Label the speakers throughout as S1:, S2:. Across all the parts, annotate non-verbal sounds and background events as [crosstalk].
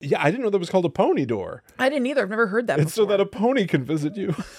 S1: Yeah, I didn't know that was called a pony door.
S2: I didn't either. I've never heard that.
S1: It's so
S2: before.
S1: that a pony can visit you. [laughs]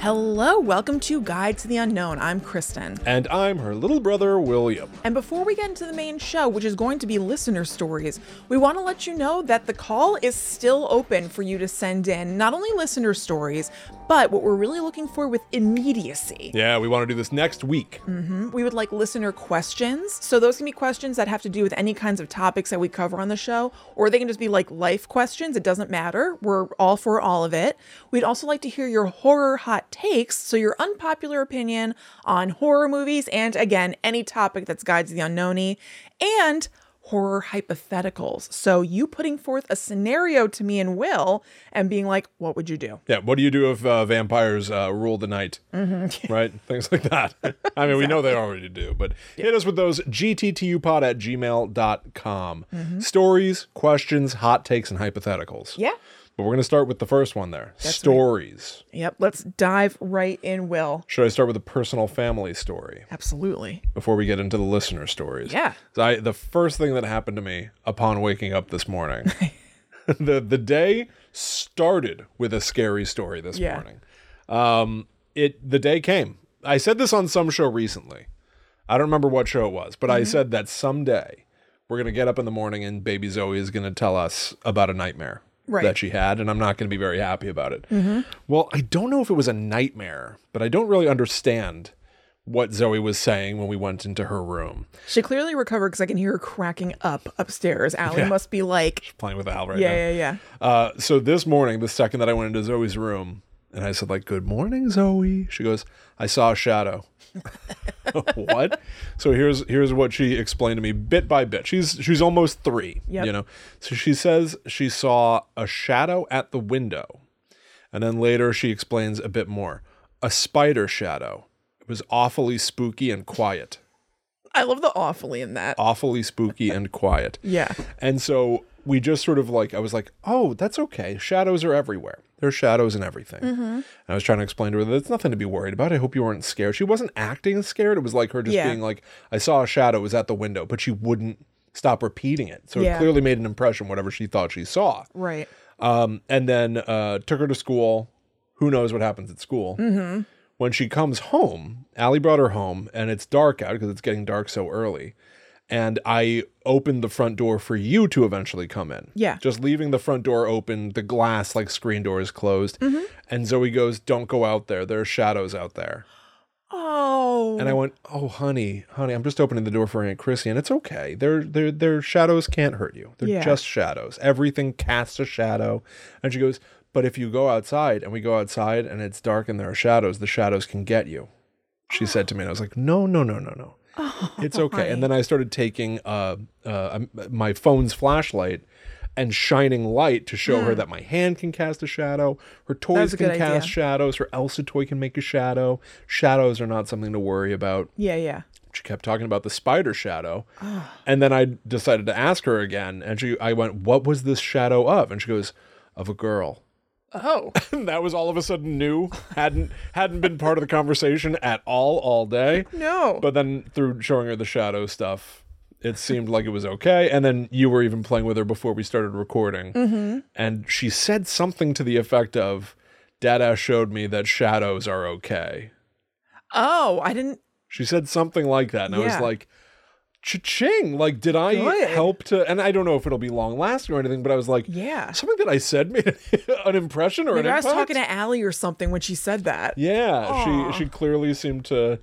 S2: Hello, welcome to Guide to the Unknown. I'm Kristen.
S1: And I'm her little brother, William.
S2: And before we get into the main show, which is going to be listener stories, we want to let you know that the call is still open for you to send in not only listener stories, but what we're really looking for with immediacy.
S1: Yeah, we want to do this next week.
S2: We would like listener questions. So those can be questions that have to do with any kinds of topics that we cover on the show, or they can just be like life questions. It doesn't matter. We're all for all of it. We'd also like to hear your horror hot takes. So your unpopular opinion on horror movies and again, any topic that's guides the unknowny and horror hypotheticals. So you putting forth a scenario to me and Will and being like, what would you do?
S1: Yeah, what do you do if uh, vampires uh, rule the night? Right? Things like that. [laughs] I mean, we know they already do, but hit us with those gttupod at gmail.com. Stories, questions, hot takes, and hypotheticals.
S2: Yeah.
S1: But we're going to start with the first one there stories.
S2: Yep. Let's dive right in, Will.
S1: Should I start with a personal family story?
S2: Absolutely.
S1: before we get into the listener stories.
S2: Yeah.
S1: So I, the first thing that happened to me upon waking up this
S2: [laughs]
S1: morning, the the day started with a scary story this
S2: Yeah.
S1: morning. Um, it the day came. I said this on some show recently. I don't remember what show it was, but
S2: Mm-hmm.
S1: I said that someday we're gonna get up in the morning and baby Zoe is gonna tell us about a nightmare
S2: Right. Mm-hmm.
S1: that she had, and I'm not gonna be very happy about it. Well, I don't know if it was a nightmare, but I don't really understand what Zoe was saying when we went into her room.
S2: She clearly recovered because I can hear her cracking up upstairs. Allie
S1: Yeah.
S2: must be like,
S1: Playing with Al right now.
S2: yeah, yeah, yeah.
S1: Uh, so this morning, the second that I went into Zoe's room, and I said like, "Good morning, Zoe," she goes, "I saw a shadow." [laughs] what? So here's here's what she explained to me bit by bit. She's she's almost three,
S2: Yep.
S1: you know. So she says she saw a shadow at the window, and then later she explains a bit more. A spider shadow. It was awfully spooky and quiet.
S2: I love the awfully in that.
S1: Awfully spooky and quiet.
S2: Yeah.
S1: And so we just sort of like, I was like, oh, that's okay. Shadows are everywhere. There's shadows in everything.
S2: Mm-hmm.
S1: And I was trying to explain to her that it's nothing to be worried about. I hope you weren't scared. She wasn't acting scared. It was like her just
S2: Yeah.
S1: being like, I saw a shadow, it was at the window, but she wouldn't stop repeating it. So
S2: Yeah.
S1: it clearly made an impression, whatever she thought she saw.
S2: Right.
S1: Um, and then uh, took her to school. Who knows what happens at school? When she comes home, Allie brought her home, and it's dark out because it's getting dark so early. And I opened the front door for you to eventually come in.
S2: Yeah.
S1: Just leaving the front door open, the glass, like screen door, is closed. And Zoe goes, Don't go out there. There are shadows out there.
S2: Oh.
S1: And I went, Oh, honey, honey, I'm just opening the door for Aunt Chrissy, and it's okay. Their their their shadows can't hurt you. They're
S2: Yeah.
S1: just shadows. Everything casts a shadow. And she goes, But if you go outside and we go outside and it's dark and there are shadows, the shadows can get you. She said to me, and I was like, No, no, no, no, no. [laughs] It's okay. And then I started taking uh, uh, um, my phone's flashlight and shining light to show her that my hand can cast a shadow, her toys
S2: Hmm. a
S1: can
S2: good
S1: cast
S2: idea.
S1: shadows, her Elsa toy can make a shadow. Shadows are not something to worry about.
S2: yeah, yeah.
S1: She kept talking about the spider shadow.
S2: Ah.
S1: and then I decided to ask her again. And she, I went, What was this shadow of? And she goes, Of a girl. [laughs]
S2: Oh.
S1: And that was all of a sudden new. Hadn't hadn't been part of the conversation at all all
S2: [laughs]
S1: day.
S2: [laughs] No.
S1: But then through showing her the shadow stuff, it seemed like it was okay. And then you were even playing with her before we started recording.
S2: Mm-hmm.
S1: And she said something to the effect of, Dada showed me that shadows are okay.
S2: oh, I didn't.
S1: She said something like that. And I was
S2: Yeah.
S1: like, cha-ching. Like, did I
S2: Good.
S1: help to, and I don't know if it'll be long lasting or anything, but I was like,
S2: Yeah.
S1: something that I said made [laughs] an impression or
S2: Maybe
S1: an
S2: I was
S1: impact.
S2: talking to Allie or something when she said that. Yeah,
S1: yeah, she she clearly seemed to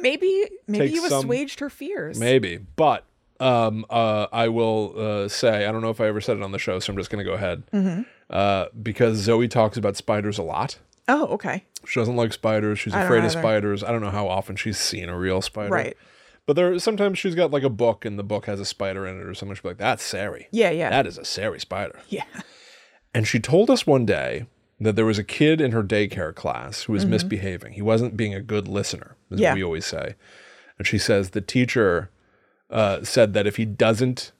S2: maybe maybe
S1: Take
S2: you
S1: some-
S2: assuaged her fears.
S1: Maybe, but um, uh, I will uh, say I don't know if I ever said it on the show, so I'm just going to go ahead
S2: Mm-hmm.
S1: uh, because Zoe talks about spiders a lot.
S2: Oh, okay.
S1: She doesn't like spiders. She's
S2: don't
S1: afraid of
S2: either.
S1: spiders. I don't know how often she's seen a real spider.
S2: Right.
S1: But there, sometimes she's got like a book, and the book has a spider in it, or something. She's like, "That's Sari.
S2: Yeah, yeah.
S1: that is a Sari spider."
S2: yeah. [laughs]
S1: And she told us one day that there was a kid in her daycare class who was misbehaving. He wasn't being a good listener, is
S2: Mm-hmm. Yeah.
S1: what we always say. And she says the teacher uh, said that if he doesn't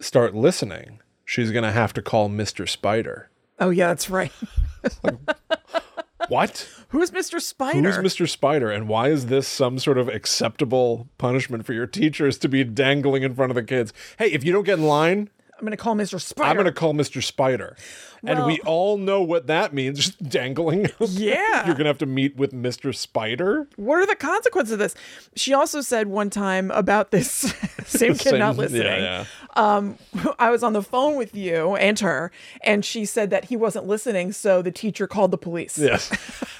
S1: start listening,
S2: [laughs]
S1: she's going to have to call Mr. Spider.
S2: Oh, yeah, that's right.
S1: What?
S2: [laughs] Who's Mr. Spider?
S1: Who's Mr. Spider, and why is this some sort of acceptable punishment for your teachers to be dangling in front of the kids? Hey, if you don't get in line,
S2: I'm going to call Mr. Spider.
S1: I'm going to call Mr. Spider. and we all know what that means [laughs] just dangling.
S2: Yeah.
S1: You're going to have to meet with Mr. Spider.
S2: what are the consequences of this? She also said one time about this [laughs] same kid
S1: Same-
S2: not
S1: yeah,
S2: listening.
S1: yeah.
S2: Um, [laughs] I was on the phone with you and her, and she said that he wasn't listening, so the teacher called the police.
S1: Yes. [laughs]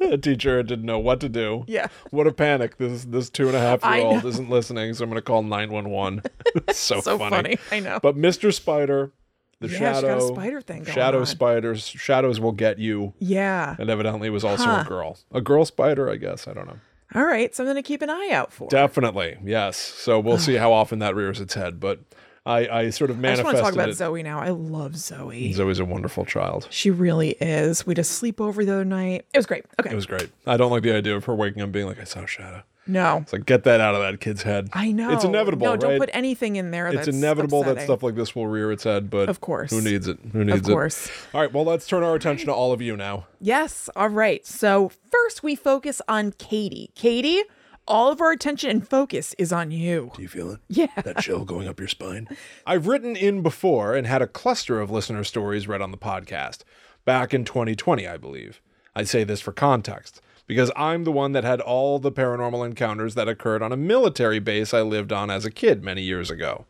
S1: A teacher didn't know what to do.
S2: Yeah.
S1: What a panic. This this two and a half
S2: I
S1: year old
S2: know.
S1: isn't listening, so I'm gonna call nine one
S2: [laughs]
S1: one. [laughs] So
S2: So
S1: funny.
S2: funny. I know.
S1: But Mr. Spider, the
S2: Yeah, she got a
S1: shadow
S2: spider thing going
S1: Shadow
S2: on.
S1: spiders shadows will get you.
S2: yeah.
S1: And evidently it was also
S2: Huh.
S1: a girl. A girl spider, I guess. I don't know.
S2: All right, something to keep an eye out for.
S1: Definitely. Yes. So we'll see how often that rears its head. But I, I sort of
S2: I just
S1: manifested
S2: want to talk about
S1: it.
S2: Zoe now. I love Zoe.
S1: Zoe's a wonderful child.
S2: She really is. We just sleep over the other night. It was great. Okay.
S1: It was great. I don't like the idea of her waking up and being like, I saw a shadow.
S2: no.
S1: It's like, get that out of that kid's head.
S2: I know.
S1: It's inevitable,
S2: No,
S1: right?
S2: don't put anything in there.
S1: it's
S2: that's
S1: inevitable that
S2: upsetting.
S1: stuff like this will rear its head, but
S2: Of course.
S1: who needs it? Who needs
S2: Of
S1: it?
S2: course.
S1: All right, well, let's turn our
S2: [laughs]
S1: attention to all of you now.
S2: Yes. All right. So first, we focus on Katie. Katie, all of our attention and focus is on you.
S1: Do you feel it?
S2: Yeah.
S1: that chill going up your spine. [laughs] I've written in before and had a cluster of listener stories read on the podcast back in 2020, I believe. I say this for context because I'm the one that had all the paranormal encounters that occurred on a military base I lived on as a kid many years ago.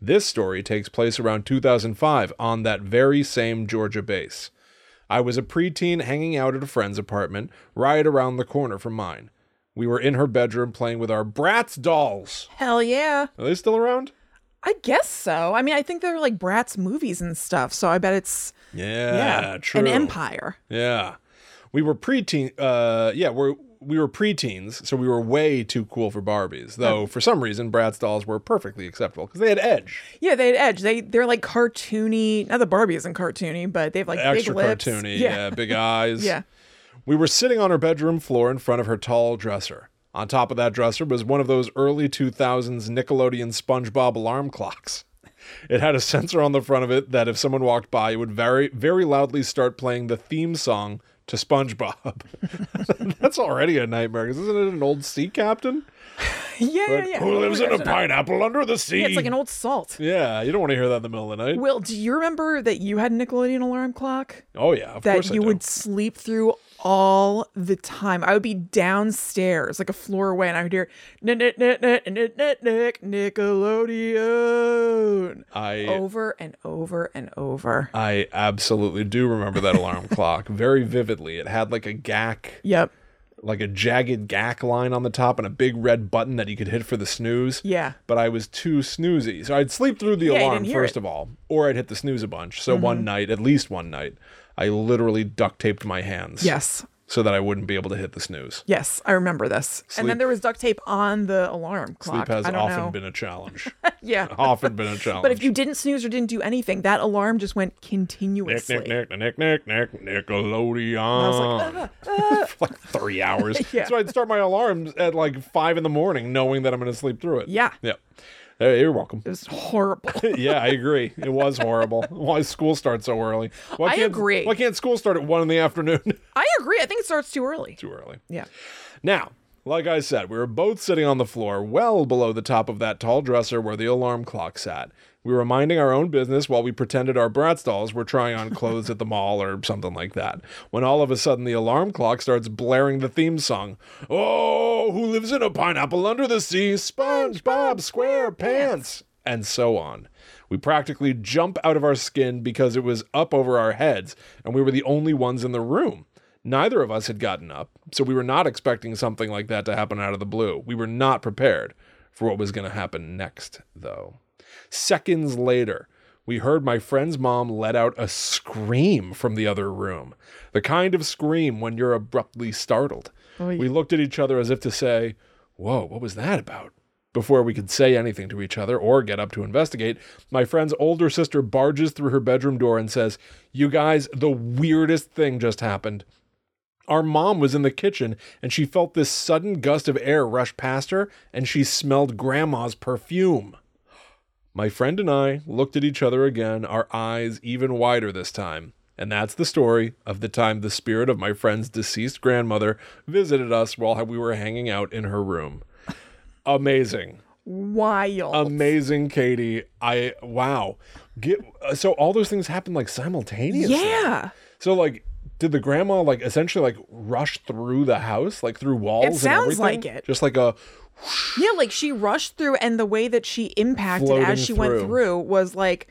S1: This story takes place around 2005 on that very same Georgia base. I was a preteen hanging out at a friend's apartment right around the corner from mine. We were in her bedroom playing with our Bratz dolls.
S2: Hell yeah.
S1: Are they still around?
S2: I guess so. I mean, I think they're like Bratz movies and stuff. So I bet it's
S1: Yeah,
S2: yeah,
S1: true.
S2: an empire.
S1: Yeah, we were preteen. Uh, yeah, we're we were preteens, so we were way too cool for Barbies. Though for some reason, Bratz dolls were perfectly acceptable because they had edge,
S2: Yeah, they had edge. They they're like cartoony. Not that Barbie isn't cartoony, but they have like
S1: extra
S2: big lips.
S1: cartoony,
S2: Yeah.
S1: yeah, big eyes.
S2: Yeah.
S1: We were sitting on her bedroom floor in front of her tall dresser. On top of that dresser was one of those early 2000s Nickelodeon SpongeBob alarm clocks. It had a sensor on the front of it that if someone walked by, it would very, very loudly start playing the theme song to SpongeBob. [laughs] That's already a nightmare, 'cause isn't it an old sea captain?
S2: [laughs] Yeah, yeah,
S1: Like,
S2: yeah.
S1: Who lives in a pineapple under the sea?
S2: Yeah, [laughs] it's like an old salt.
S1: Yeah, you don't want to hear that in the middle of the night.
S2: Will, do you remember that you had a Nickelodeon alarm clock?
S1: Oh yeah, of course
S2: that
S1: I
S2: you
S1: do.
S2: would sleep through all the time. I would be downstairs, like a floor away, and I would hear "Nick, Nick, Nick, Nick, Nick, Nick, Nick, Nickelodeon
S1: I
S2: over and over and over.
S1: I absolutely do remember that alarm clock very vividly. It had like a gack,
S2: Yep.
S1: like a jagged gack line on the top and a big red button that you could hit for the snooze.
S2: Yeah.
S1: But I was too snoozy. So I'd sleep through the
S2: you
S1: alarm
S2: didn't hear
S1: first
S2: it. Mm-hmm.
S1: of all, or I'd hit the snooze a bunch. So one night, at least one night, I literally duct taped my hands.
S2: Yes.
S1: So that I wouldn't be able to hit the snooze.
S2: Yes, I remember this. And
S1: Sleep-
S2: then there was duct tape on the alarm clock.
S1: Sleep has
S2: I don't
S1: often
S2: know.
S1: been a challenge.
S2: [laughs] yeah.
S1: often been a challenge.
S2: But if you didn't snooze or didn't do anything, that alarm just went
S1: Nick,
S2: continuously.
S1: Nick, Nick, Nick, Nick, Nick, Nickelodeon.
S2: I was like,
S1: [laughs]
S2: "Ugh."
S1: for like three hours.
S2: [laughs] Yeah.
S1: So I'd start my alarms at like five in the morning, knowing that I'm going to sleep through it.
S2: Yeah.
S1: Yeah. Hey, you're welcome.
S2: it
S1: [laughs]
S2: was horrible.
S1: yeah, I agree. It was horrible. [laughs] Why does school start so early? Why
S2: I
S1: can't,
S2: agree.
S1: Why can't school start at one in the afternoon? [laughs]
S2: I agree. I think it starts too early.
S1: Too early.
S2: Yeah.
S1: Now, like I said, we were both sitting on the floor, well below the top of that tall dresser where the alarm clock sat. We were minding our own business while we pretended our Bratz dolls were trying on clothes at the mall or something like that. When all of a sudden the alarm clock starts blaring the theme song. Oh, who lives in a pineapple under the sea? SpongeBob SquarePants! And so on. We practically jump out of our skin because it was up over our heads and we were the only ones in the room. Neither of us had gotten up, so we were not expecting something like that to happen out of the blue. We were not prepared for what was going to happen next, though. Seconds later, we heard my friend's mom let out a scream from the other room, the kind of scream when you're abruptly startled. We looked at each other as if to say, Whoa, what was that about? Before we could say anything to each other or get up to investigate, my friend's older sister barges through her bedroom door and says, You guys, the weirdest thing just happened. Our mom was in the kitchen and she felt this sudden gust of air rush past her and she smelled grandma's perfume. My friend and I looked at each other again, our eyes even wider this time. And that's the story of the time the spirit of my friend's deceased grandmother visited us while we were hanging out in her room. Amazing.
S2: Wild.
S1: Um, Amazing, Katie. I wow. Get uh, so all those things happen like simultaneously.
S2: yeah.
S1: So like did the grandma like essentially like rush through the house like through walls? and everything?
S2: sounds like it.
S1: Just like a
S2: Yeah, like she rushed through and the way that she impacted
S1: Floating
S2: as she
S1: through.
S2: went through was like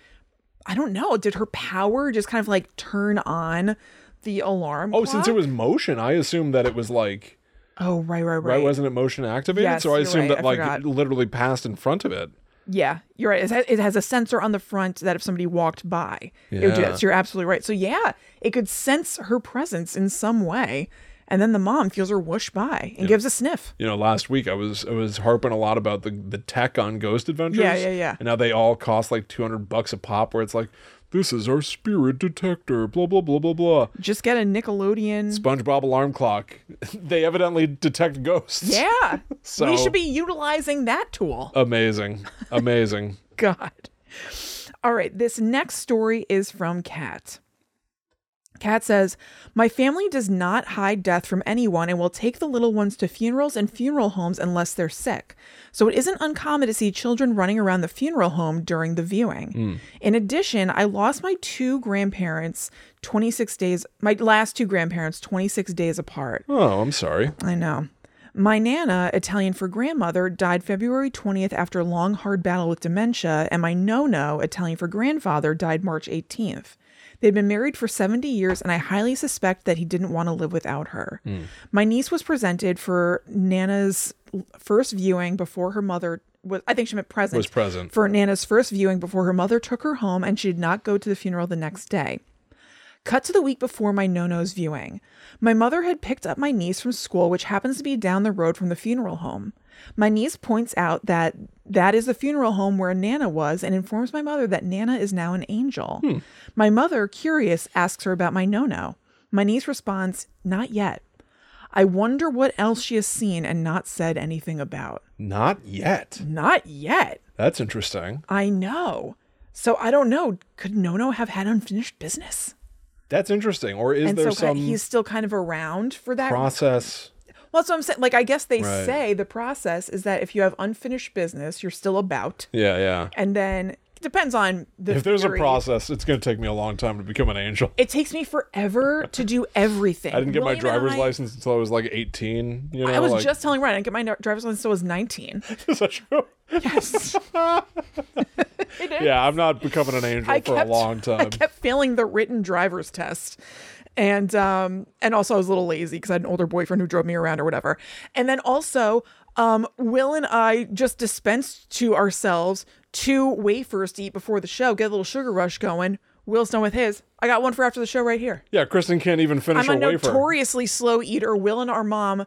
S2: I don't know, did her power just kind of like turn on the alarm?
S1: oh since it
S2: clock?
S1: was motion I assumed that it was like
S2: Oh, right, right, right.
S1: right wasn't it motion activated
S2: Yes,
S1: so I
S2: you're
S1: assumed
S2: right.
S1: that
S2: I
S1: like
S2: forgot.
S1: it literally passed in front of it.
S2: Yeah, you're right. It has, it has a sensor on the front that if somebody walked by, it would do
S1: Yeah.
S2: that. So you're absolutely right. So yeah, it could sense her presence in some way, and then the mom feels her whoosh by and gives a sniff.
S1: you know, last week I was I was harping a lot about the the tech on Ghost Adventures.
S2: Yeah, yeah, yeah.
S1: And now they all cost like two hundred bucks a pop. Where it's like, this is our spirit detector. Blah blah blah blah blah.
S2: Just get a Nickelodeon.
S1: SpongeBob alarm clock. [laughs] they evidently detect ghosts.
S2: yeah,
S1: [laughs] So-
S2: we should be utilizing that tool.
S1: Amazing,
S2: [laughs]
S1: amazing.
S2: God. All right, this next story is from Kat. Kat says, My family does not hide death from anyone and will take the little ones to funerals and funeral homes unless they're sick. So it isn't uncommon to see children running around the funeral home during the viewing. In addition, I lost my two grandparents 26 days, my last two grandparents 26 days apart.
S1: oh, I'm sorry.
S2: I know. My nana, Italian for grandmother, died February 20th after a long, hard battle with dementia, and my nono, Italian for grandfather, died March 18th. They'd been married for 70 years, and I highly suspect that he didn't want to live without her. My niece was presented for Nana's first viewing before her mother was, I think she meant present.
S1: Was present.
S2: For Nana's first viewing before her mother took her home, and she did not go to the funeral the next day. Cut to the week before my no-no's viewing. My mother had picked up my niece from school, which happens to be down the road from the funeral home. My niece points out that that is the funeral home where Nana was and informs my mother that Nana is now an angel. My mother, curious, asks her about my no-no. My niece responds, "Not yet." I wonder what else she has seen and not said anything about.
S1: Not yet.
S2: Not yet.
S1: That's interesting.
S2: I know. So I don't know. Could Nono have had unfinished business?
S1: That's interesting. Or is
S2: and
S1: there
S2: so ki-
S1: some
S2: he's still kind of around for that.
S1: process?
S2: well, that's what I'm saying. Like, I guess they
S1: Right.
S2: say the process is that if you have unfinished business, you're still about.
S1: Yeah, yeah.
S2: And then it depends on the.
S1: If there's a
S2: theory.
S1: process, it's going to take me a long time to become an angel.
S2: It takes me forever to do
S1: [laughs]
S2: everything.
S1: I didn't get my
S2: William and
S1: driver's
S2: I-
S1: license until I was like 18. You know,
S2: I was
S1: like,
S2: just telling Ryan, I didn't get my no- driver's license until I was 19.
S1: [laughs] Is that true?
S2: Yes.
S1: Yeah, I'm not becoming an angel
S2: I
S1: for
S2: kept,
S1: a long time.
S2: [laughs] I kept failing the written driver's test. And um and also I was a little lazy because I had an older boyfriend who drove me around or whatever. And then also um Will and I just dispensed to ourselves two wafers to eat before the show, get a little sugar rush going. Will's done with his. I got one for after the show right here.
S1: Yeah, Kristen can't even finish
S2: I'm a
S1: a wafer. [laughs]
S2: notoriously slow eater. Will and our mom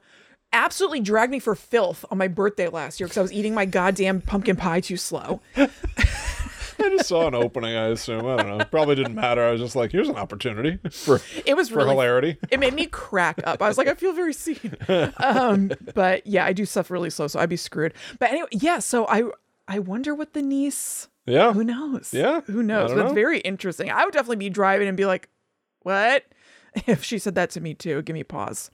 S2: absolutely dragged me for filth on my birthday last year because I was eating my goddamn pumpkin pie too slow.
S1: I just saw an opening, I assume. I don't know. Probably didn't matter. I was just like, here's an opportunity [laughs] for,
S2: It was
S1: for
S2: really
S1: hilarity.
S2: it made me crack up. I was like, I feel very seen. Um, but yeah, I do stuff really slow, so I'd be screwed. But anyway, yeah. So I I wonder what the niece.
S1: Yeah.
S2: Who knows?
S1: Yeah, I
S2: Who knows?
S1: don't
S2: That's
S1: know.
S2: very interesting. I would definitely be driving and be like, what? [laughs] If she said that to me too, give me pause.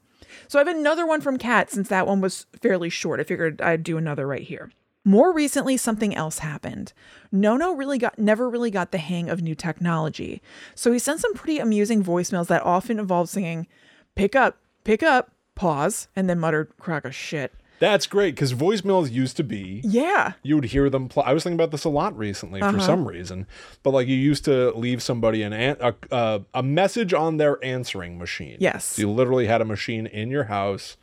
S2: So I have another one from Kat since that one was fairly short. I figured I'd do another right here. More recently, something else happened. Nono really got never really got the hang of new technology. So he sent some pretty amusing voicemails that often involved singing, pick up, pick up, pause, and then muttered crack a shit.
S1: That's great because voicemails used to be.
S2: Yeah.
S1: You would hear them. Pl- I was thinking about this a lot recently
S2: Uh-huh.
S1: for some reason, but like you used to leave somebody an, an- a uh, a message on their answering machine.
S2: Yes.
S1: So you literally had a machine in your house,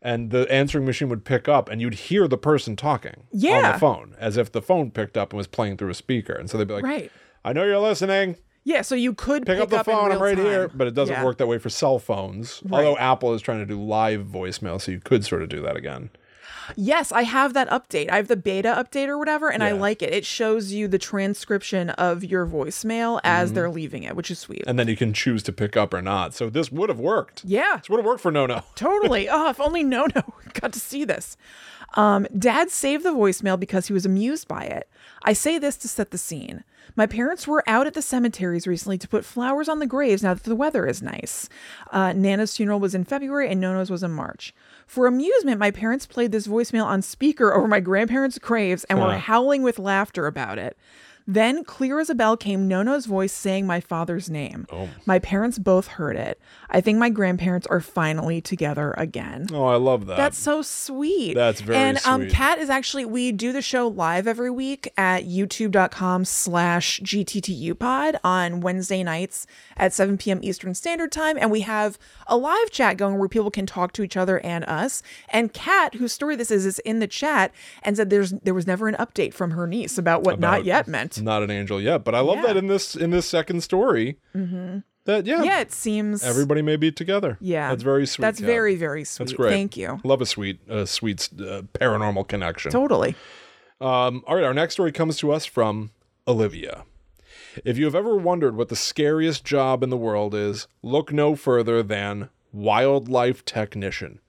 S1: and the answering machine would pick up, and you'd hear the person talking on
S2: Yeah.
S1: the phone as if the phone picked up and was playing through a speaker, and so they'd be like,
S2: Right.
S1: I know you're listening.
S2: Yeah. So you could
S1: pick,
S2: pick,
S1: up the
S2: in
S1: phone. I'm
S2: real
S1: right here,
S2: time.
S1: but it doesn't
S2: Yeah.
S1: work that way for cell phones. Although Apple is trying to do live voicemail, so you could sort of do that again.
S2: Yes, I have that update. I have the beta update or whatever, and I
S1: Yeah.
S2: like it. It shows you the transcription of your voicemail as they're leaving it, which is sweet.
S1: And then you can choose to pick up or not. So this would have worked.
S2: yeah, [laughs]
S1: This would have worked for No No.
S2: totally. oh, if only No No got to see this. Um, Dad saved the voicemail because he was amused by it. I say this to set the scene. My parents were out at the cemeteries recently to put flowers on the graves now that the weather is nice. Uh, Nana's funeral was in February and Nona's was in March. For amusement, my parents played this voicemail on speaker over my grandparents' graves and were
S1: Huh.
S2: howling with laughter about it. Then, clear as a bell, came Nono's voice saying my father's name. My parents both heard it. I think my grandparents are finally together again.
S1: [laughs] Oh, I love that.
S2: That's so sweet.
S1: That's very
S2: and, um,
S1: sweet.
S2: Kat is actually, we do the show live every week at youtube.com slash gttupod on Wednesday nights at 7 p.m. Eastern Standard Time. And we have a live chat going where people can talk to each other and us. And Kat, whose story this is, is in the chat and said there's there was never an update from her niece about what not
S1: About-
S2: yet meant.
S1: not an angel yet, but I love
S2: Yeah.
S1: that in this in this second story. That yeah,
S2: Yeah, it seems.
S1: everybody may be together.
S2: yeah.
S1: that's very sweet.
S2: That's
S1: yeah.
S2: very, very sweet.
S1: That's great.
S2: Thank you.
S1: Love a sweet, uh, sweet uh, paranormal connection.
S2: Totally.
S1: Um, all right, our next story comes to us from Olivia. If you have ever wondered what the scariest job in the world is, look no further than wildlife technician.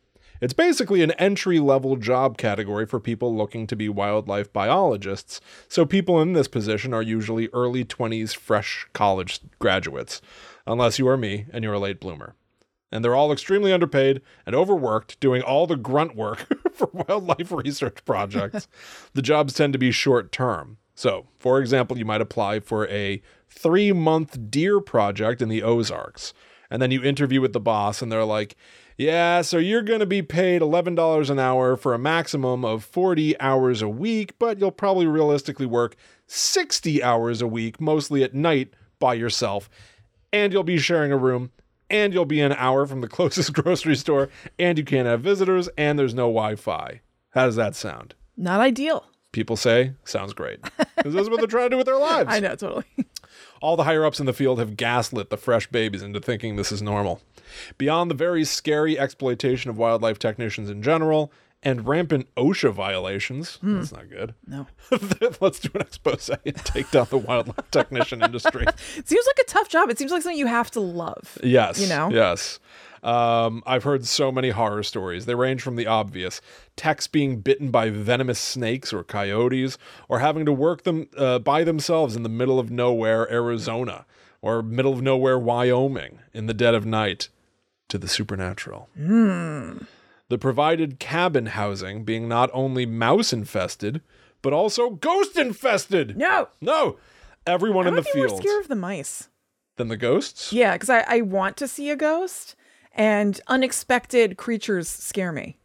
S1: It's basically an entry level job category for people looking to be wildlife biologists, so people in this position are usually early 20s fresh college graduates, unless you are me and you're a late bloomer and they're all extremely underpaid and overworked doing all the grunt work [laughs] for wildlife research projects. the jobs tend to be short term. So, for example, you might apply for a three month deer project in the Ozarks, and then you interview with the boss, and they're like, yeah, so you're going to be paid $11 an hour for a maximum of 40 hours a week, but you'll probably realistically work 60 hours a week, mostly at night by yourself and you'll be sharing a room, and you'll be an hour from the [laughs] closest grocery store, and you can't have visitors, and there's no Wi Fi. How does that sound?
S2: Not ideal.
S1: People say, sounds
S2: [laughs]
S1: great. Because that's what they're trying to do with their lives.
S2: I know, totally.
S1: All the higher ups in the field have gaslit the fresh babies into thinking this is normal. Beyond the very scary exploitation of wildlife technicians in general and rampant OSHA violations, that's not good.
S2: Hmm. No.
S1: [laughs] Let's do an expose and take down the wildlife
S2: [laughs]
S1: technician industry.
S2: seems like a tough job. It seems like something you have to love.
S1: Yes.
S2: You know?
S1: Yes. Um, I've heard so many horror stories. They range from the obvious techs being bitten by venomous snakes or coyotes, or having to work them uh, by themselves in the middle of nowhere, Arizona, or middle of nowhere, Wyoming, in the dead of night, to the supernatural.
S2: Hmm.
S1: The provided cabin housing being not only mouse infested, but also ghost infested.
S2: No.
S1: No. Everyone in
S2: I
S1: the
S2: think we're
S1: field.
S2: scared of the mice.
S1: Than the ghosts?
S2: Yeah, because I, I want to see a ghost, and unexpected creatures scare me.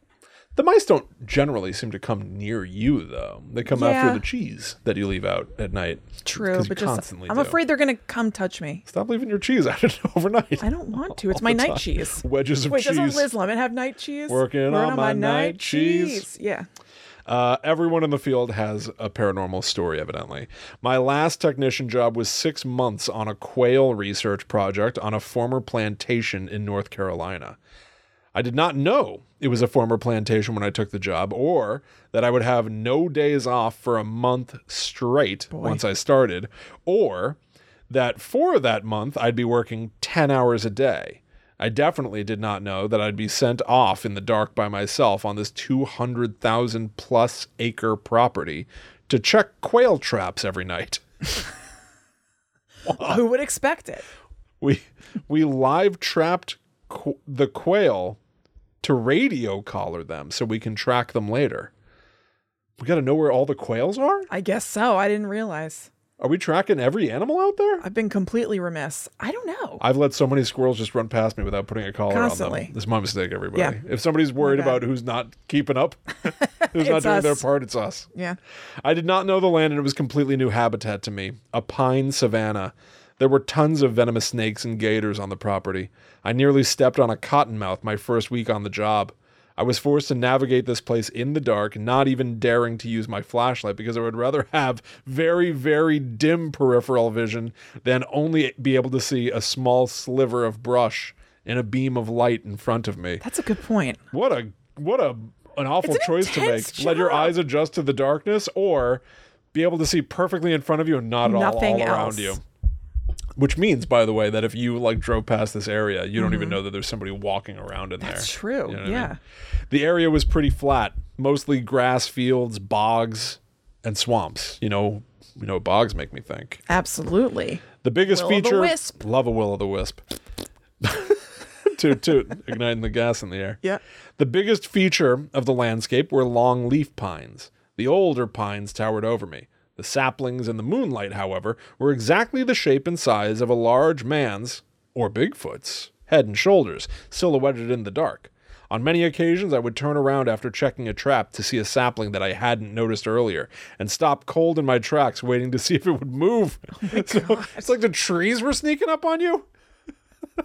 S1: The mice don't generally seem to come near you, though. They come after
S2: Yeah.
S1: the cheese that you leave out at night. 'Cause
S2: True,
S1: you
S2: but just
S1: constantly
S2: I'm
S1: do.
S2: afraid they're gonna come touch me.
S1: Stop leaving your cheese [laughs] out overnight.
S2: I don't want to. It's
S1: All
S2: my
S1: the
S2: night
S1: time.
S2: cheese.
S1: [laughs] Wedges of
S2: Wait, doesn't
S1: cheese.
S2: Liz Lemon have night cheese?
S1: Working on my night cheese.
S2: Yeah.
S1: Uh, everyone in the field has a paranormal story, evidently. My last technician job was six months on a quail research project on a former plantation in North Carolina. I did not know it was a former plantation when I took the job, or that I would have no days off for a month straight once I started, or that for that month I'd be working 10 hours a day. I definitely did not know that I'd be sent off in the dark by myself on this 200,000 plus acre property to check quail traps every night.
S2: Who would expect it?
S1: We we live trapped qu- the quail to radio collar them so we can track them later. We got to know where all the quails are?
S2: I guess so. I didn't realize.
S1: Are we tracking every animal out there?
S2: I've been completely remiss. I don't know.
S1: I've let so many squirrels just run past me without putting a collar on
S2: Constantly.
S1: them. It's my mistake, everybody.
S2: Yeah.
S1: If somebody's worried
S2: bad.
S1: about who's not keeping up, [laughs] who's not
S2: It's
S1: doing their
S2: us.
S1: part, it's us.
S2: yeah.
S1: I did not know the land, and it was completely new habitat to me a pine savanna. There were tons of venomous snakes and gators on the property. I nearly stepped on a cottonmouth my first week on the job. I was forced to navigate this place in the dark, not even daring to use my flashlight because I would rather [laughs] have very, very dim peripheral vision than only be able to see a small sliver of brush in a beam of light in front of me.
S2: That's a good point.
S1: What a what a an awful
S2: It's an
S1: choice to make.
S2: intense
S1: Let your
S2: job.
S1: eyes adjust to the darkness or be able to see perfectly in front of you and not at all,
S2: Nothing
S1: all around
S2: else.
S1: you. Which means, by the way, that if you like drove past this area, you don't even know that there's somebody walking around in
S2: Mm-hmm. That's
S1: there.
S2: true.
S1: know what I mean?
S2: yeah.
S1: The area was pretty flat, mostly grass fields, bogs, and swamps. You know, you know, what bogs make me think.
S2: Absolutely.
S1: The biggest feature,
S2: Will-o'-the-wisp.
S1: love a will o' the wisp. toot toot, igniting the gas in the air.
S2: Yeah.
S1: The biggest feature of the landscape were long leaf pines. The older pines towered over me. The saplings in the moonlight, however, were exactly the shape and size of a large man's, or Bigfoot's, head and shoulders, silhouetted in the dark. On many occasions, I would turn around after checking a trap to see a sapling that I hadn't noticed earlier and stop cold in my tracks waiting to [laughs] see if it would move. [laughs] So, it's like the trees were sneaking up on you. [laughs]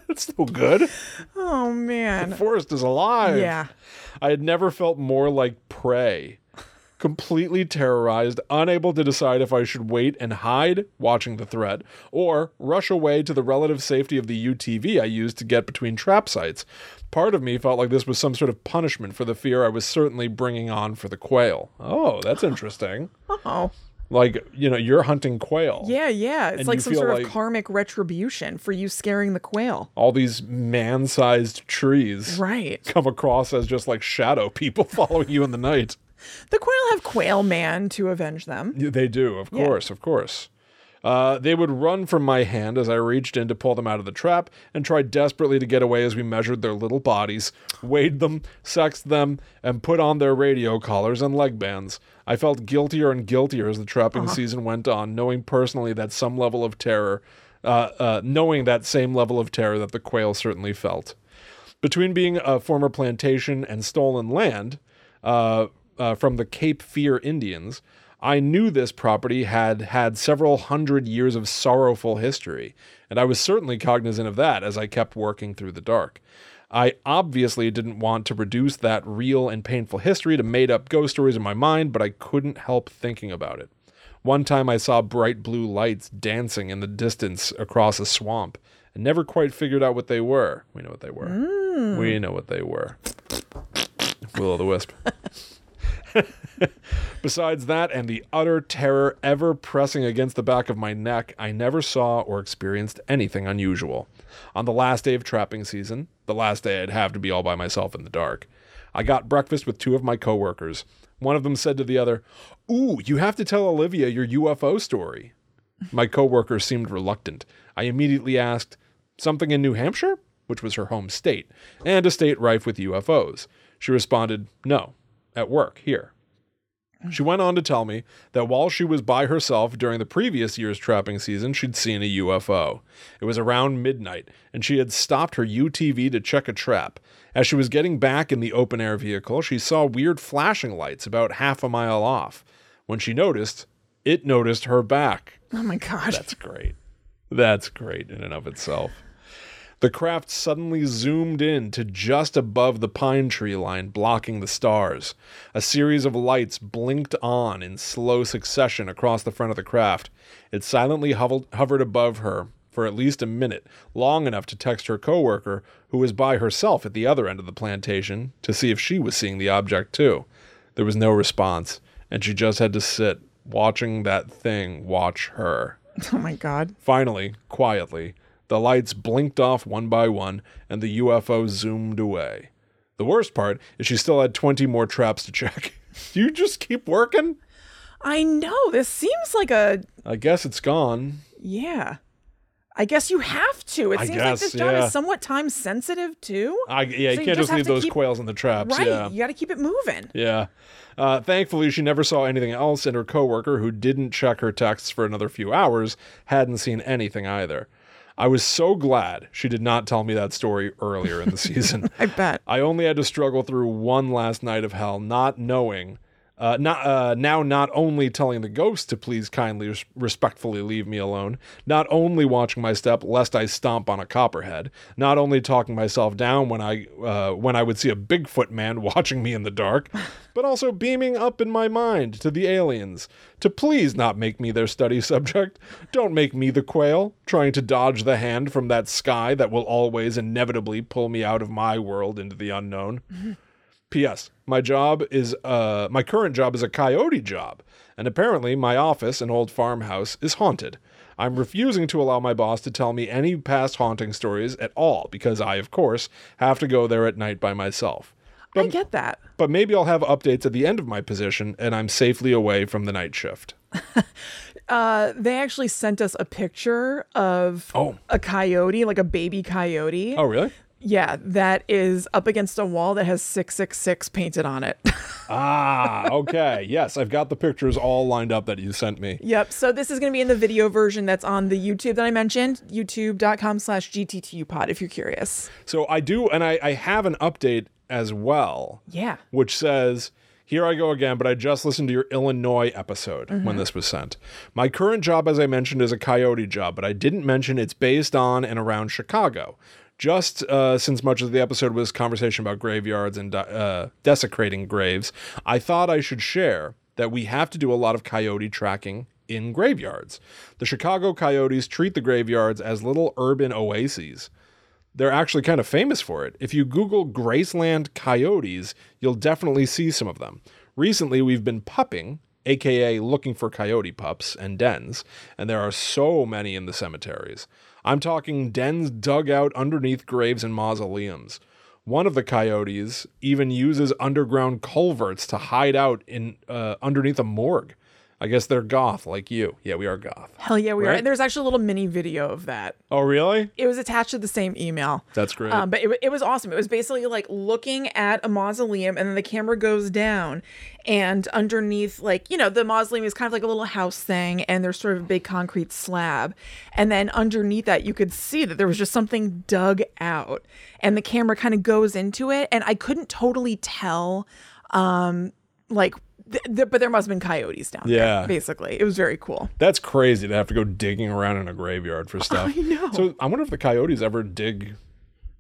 S1: It's so good. [laughs]
S2: Oh man.
S1: Forest is alive.
S2: Yeah.
S1: I had never felt more like prey. Completely terrorized, unable to decide if I should wait and hide, watching the threat, or rush away to the relative safety of the UTV I used to get between trap sites. Part of me felt like this was some sort of punishment for the fear I was certainly bringing on for the quail. Oh, that's interesting.
S2: Oh.
S1: Like, you know, you're hunting quail.
S2: Yeah, yeah. It's
S1: And
S2: like
S1: you
S2: some
S1: feel
S2: sort
S1: like-
S2: of karmic retribution for you scaring the quail.
S1: All these man sized trees
S2: Right.
S1: come across as just like shadow people [laughs] following you in the night.
S2: [laughs] The quail have Quail Man to avenge them.
S1: Yeah, They do, of course, of course. Uh, they would run from my hand as I reached in to pull them out of the trap and tried desperately to get away as we measured their little bodies, weighed them, sexed them, and put on their radio collars and leg bands. I felt guiltier and guiltier as the trapping season went on, knowing personally that some level of terror, uh, uh, knowing that same level of terror that the quail certainly felt. Between being a former plantation and stolen land uh, uh, from the Cape Fear Indians, I knew this property had had several hundred years of sorrowful history, and I was certainly cognizant of that as I kept working through the dark. I obviously didn't want to reduce that real and painful history to made up ghost stories in my mind, but I couldn't help thinking about it. One time I saw bright blue lights dancing in the distance across a swamp and never quite figured out what they were. We know what they were. We know what they were. Will o' the Wisp. [laughs] Besides that and the utter terror ever pressing against the back of my neck, I never saw or experienced anything unusual. On the last day of trapping season, the last day I'd have to be all by myself in the dark, I got breakfast with two of my coworkers. One of them said to the other, Ooh, you have to tell Olivia your UFO story. My coworker seemed reluctant. I immediately asked, Something in New Hampshire? Which was her home state, and a state rife with UFOs. She responded, No, at work, here. She went on to tell me that while she was by herself during the previous year's trapping season, she'd seen a UFO. It was around midnight, and she had stopped her UTV to check a trap. As she was getting back in the open air vehicle, she saw weird flashing lights about half a mile off. When she noticed, it noticed her back.
S2: Oh my god.
S1: That's great. That's great in and of itself. The craft suddenly zoomed in to just above the pine tree line, blocking the stars. A series of lights blinked on in slow succession across the front of the craft. It silently hovel- hovered above her for at least a minute, long enough to text her coworker, who was by herself at the other end of the plantation, to see if she was seeing the object too. There was no response, and she just had to sit watching that thing watch her.
S2: [laughs] Oh my god.
S1: Finally, quietly, the lights blinked off one by one and the UFO zoomed away. The worst part is she still had 20 more traps to check. [laughs] Do you just keep working?
S2: I know. This seems like a
S1: I guess it's gone.
S2: yeah. I guess you have to. It
S1: I
S2: seems like
S1: guess,
S2: this job
S1: yeah.
S2: is somewhat time sensitive too.
S1: I, yeah, you
S2: So you
S1: can't
S2: just
S1: just,
S2: have
S1: leave
S2: to
S1: those
S2: keep-
S1: quails in the traps.
S2: right.
S1: Yeah.
S2: You got to keep it moving.
S1: Yeah. Uh, thankfully, she never saw anything else, and her coworker, who didn't check her texts for another few hours, hadn't seen anything either. I was so glad she did not tell me that story earlier
S2: [laughs]
S1: in the season.
S2: I bet.
S1: I only had to struggle through one last night of hell, not knowing, uh, not uh, now not only telling the ghost to please kindly res- respectfully leave me alone, not only watching my step lest I stomp on a copperhead, not only talking myself down when I uh, when I would see a Bigfoot man [laughs] watching me in the dark, but also beaming up in my mind to the aliens to please not make me their study subject. Don't make me the quail, trying to dodge the hand from that sky that will always inevitably pull me out of my world into the unknown. P.S. My job is uh my current job is a coyote job, and apparently my office, an old farmhouse, is haunted. I'm refusing to allow my boss to tell me any past haunting stories at all because I, of course, have to go there at night by myself.
S2: I get that.
S1: But maybe I'll have updates at the end of my position and I'm safely away from the night shift.
S2: Uh, they actually sent us a picture of
S1: Oh.
S2: a coyote, like a baby coyote.
S1: Oh, really?
S2: Yeah, that is up against a wall that has 666 painted on it. [laughs]
S1: Ah, okay. Yes, I've got the pictures all lined up that you sent me.
S2: yep. So this is going to be in the video version that's on the YouTube that I mentioned, youtube.com slash gttupod if you're curious.
S1: So I do, and I, I have an update as well.
S2: Yeah.
S1: Which says, here I go again, but I just listened to your Illinois episode when this was sent. My current job, as I mentioned, is a coyote job, but I didn't mention it's based on and around Chicago. Just uh, since much of the episode was conversation about graveyards and uh, desecrating graves, I thought I should share that we have to do a lot of coyote tracking in graveyards. The Chicago coyotes treat the graveyards as little urban oases they're actually kind of famous for it. If you Google Graceland coyotes, you'll definitely see some of them. Recently, we've been pupping, aka looking for coyote pups and dens, and there are so many in the cemeteries. I'm talking dens dug out underneath graves and mausoleums. One of the coyotes even uses underground culverts to hide out in uh, underneath a morgue. I guess they're goth like you. Yeah, we are goth.
S2: Hell yeah, we are.
S1: Right?
S2: And there's actually a little mini video of that.
S1: Oh, really?
S2: It was attached to the same email.
S1: That's great.
S2: Um, but it, wa- it was awesome. It was basically like looking at a mausoleum, and then the camera goes down, and underneath, like you know, the mausoleum is kind of like a little house thing, and there's sort of a big concrete slab, and then underneath that, you could see that there was just something dug out, and the camera kind of goes into it, and I couldn't totally tell, um, like, th- th- but there must have been coyotes down
S1: Yeah.
S2: there. Basically, it was very cool.
S1: That's crazy to have to go digging around in a graveyard for stuff.
S2: [laughs] I know.
S1: So I wonder if the coyotes ever dig,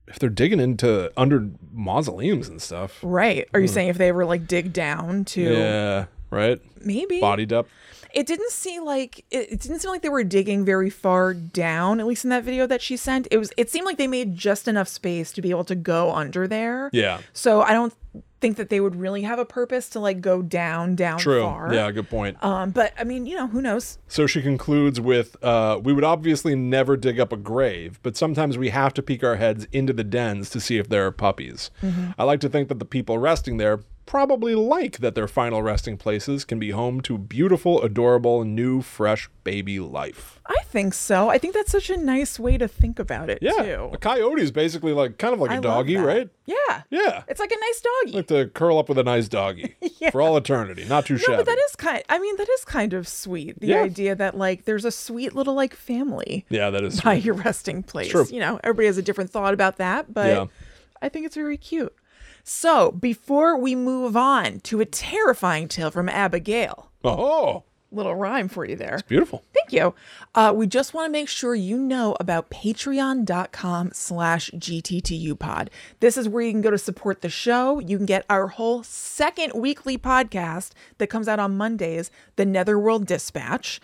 S1: if they're digging into under mausoleums and stuff.
S2: Right? Are you saying if they ever like dig down to
S1: Hmm. Yeah, right.
S2: maybe
S1: Body depth.
S2: it didn't seem like it, it didn't seem like they were digging very far down at least in that video that she sent it was it seemed like they made just enough space to be able to go under there
S1: Yeah.
S2: so i don't think that they would really have a purpose to like go down down
S1: True.
S2: far
S1: Yeah, good point.
S2: um but i mean you know who knows
S1: So she concludes with uh, We would obviously never dig up a grave, but sometimes we have to peek our heads into the dens to see if there are puppies.
S2: Mm-hmm.
S1: I like to think that the people resting there probably like that their final resting places can be home to beautiful, adorable, new, fresh baby life.
S2: i think so i think that's such a nice way to think about it
S1: Yeah,
S2: too
S1: a coyote is basically like kind of like a
S2: I love
S1: doggy,
S2: that.
S1: right?
S2: yeah
S1: Yeah,
S2: it's like a nice doggy
S1: like to curl up with a nice
S2: [laughs]
S1: doggy for all eternity. Not too shabby.
S2: No, but that is kind. I mean, that is kind of sweet. The
S1: Yeah.
S2: idea that like there's a sweet little like family.
S1: yeah, that
S2: [laughs]
S1: is.
S2: by
S1: sweet.
S2: your resting place.
S1: true.
S2: You know, everybody has a different thought about that, but
S1: Yeah.
S2: I think it's very cute. So, before we move on to a terrifying tale from Abigail,
S1: Oh,
S2: little rhyme for you there.
S1: beautiful.
S2: Thank you. Uh, we just want to make sure you know about patreon.com slash gttupod. This is where you can go to support the show. You can get our whole second weekly podcast that comes out on Mondays, The Netherworld Dispatch.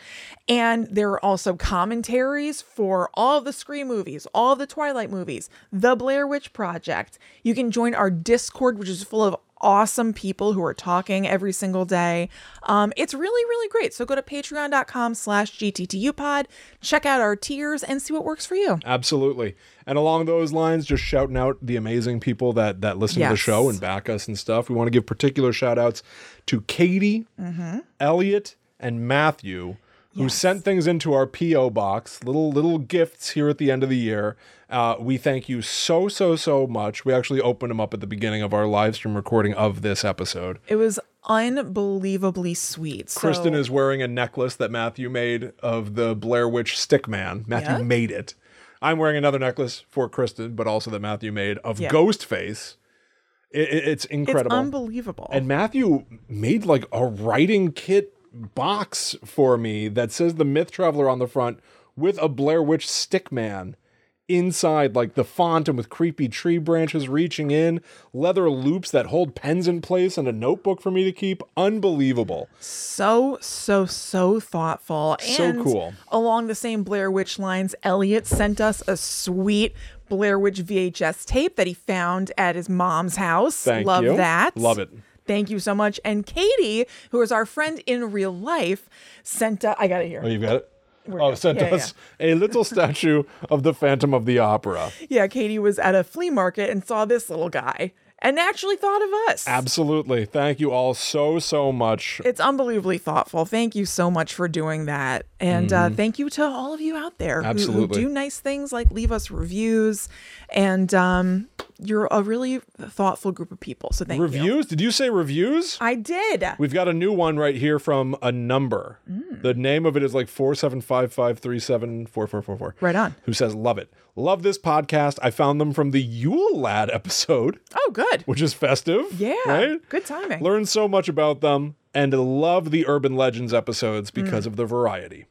S2: And there are also commentaries for all of the Scream movies, all of the Twilight movies, The Blair Witch Project. You can join our Discord, which is full of awesome people who are talking every single day. Um, it's really, really great. So go to patreon.com slash gttupod, check out our tiers and see what works for you.
S1: Absolutely. And along those lines, just shouting out the amazing people that that listen to the
S2: Yes.
S1: show and back us and stuff. We want to give particular shout outs to Katie, Elliot, and Matthew. Who sent things into our PO box? Little little gifts here at the end of the year. Uh, we thank you so so so much. We actually opened them up at the beginning of our live stream recording of this episode.
S2: It was unbelievably sweet. So,
S1: Kristen is wearing a necklace that Matthew made of the Blair Witch Stickman. Matthew
S2: Yeah.
S1: made it. I'm wearing another necklace for Kristen, but also that Matthew made of
S2: Yeah.
S1: Ghostface. It, it- it's
S2: it's
S1: incredible.
S2: unbelievable.
S1: and Matthew made like a writing kit box for me that says the Myth Traveler on the front with a Blair Witch Stickman inside, like the font and with creepy tree branches reaching in, leather loops that hold pens in place, and a notebook for me to keep. Unbelievable.
S2: so, so, so thoughtful.
S1: So
S2: And
S1: cool.
S2: Along the same Blair Witch lines, Elliot sent us a sweet Blair Witch VHS tape that he found at his mom's house.
S1: Thank
S2: Love
S1: you.
S2: that.
S1: Love it.
S2: Thank you so much. And Katie, who is our friend in real life, sent us, I got it here.
S1: Oh, you've got it?
S2: We're
S1: Oh,
S2: good.
S1: sent
S2: Yeah, yeah,
S1: us
S2: [laughs]
S1: a little statue of the Phantom of the Opera.
S2: Yeah, Katie was at a flea market and saw this little guy and actually thought of us.
S1: Absolutely. Thank you all so, so much.
S2: it's unbelievably thoughtful. Thank you so much for doing that. And uh, thank you to all of you out there who-
S1: Mm-hmm. Absolutely.
S2: who do nice things like leave us reviews. And um, you're a really thoughtful group of people. So thank you.
S1: Reviews? Did you say reviews?
S2: I did.
S1: We've got a new one right here from a number.
S2: Mm.
S1: The name of it is like 47553744444.
S2: Right on.
S1: Who says, Love it. Love this podcast. I found them from the Yule Lad episode, [laughs]
S2: Oh, good.
S1: which is festive.
S2: Yeah.
S1: Right?
S2: Good timing.
S1: Learned so much about them and love the Urban Legends episodes because
S2: Mm.
S1: of the variety.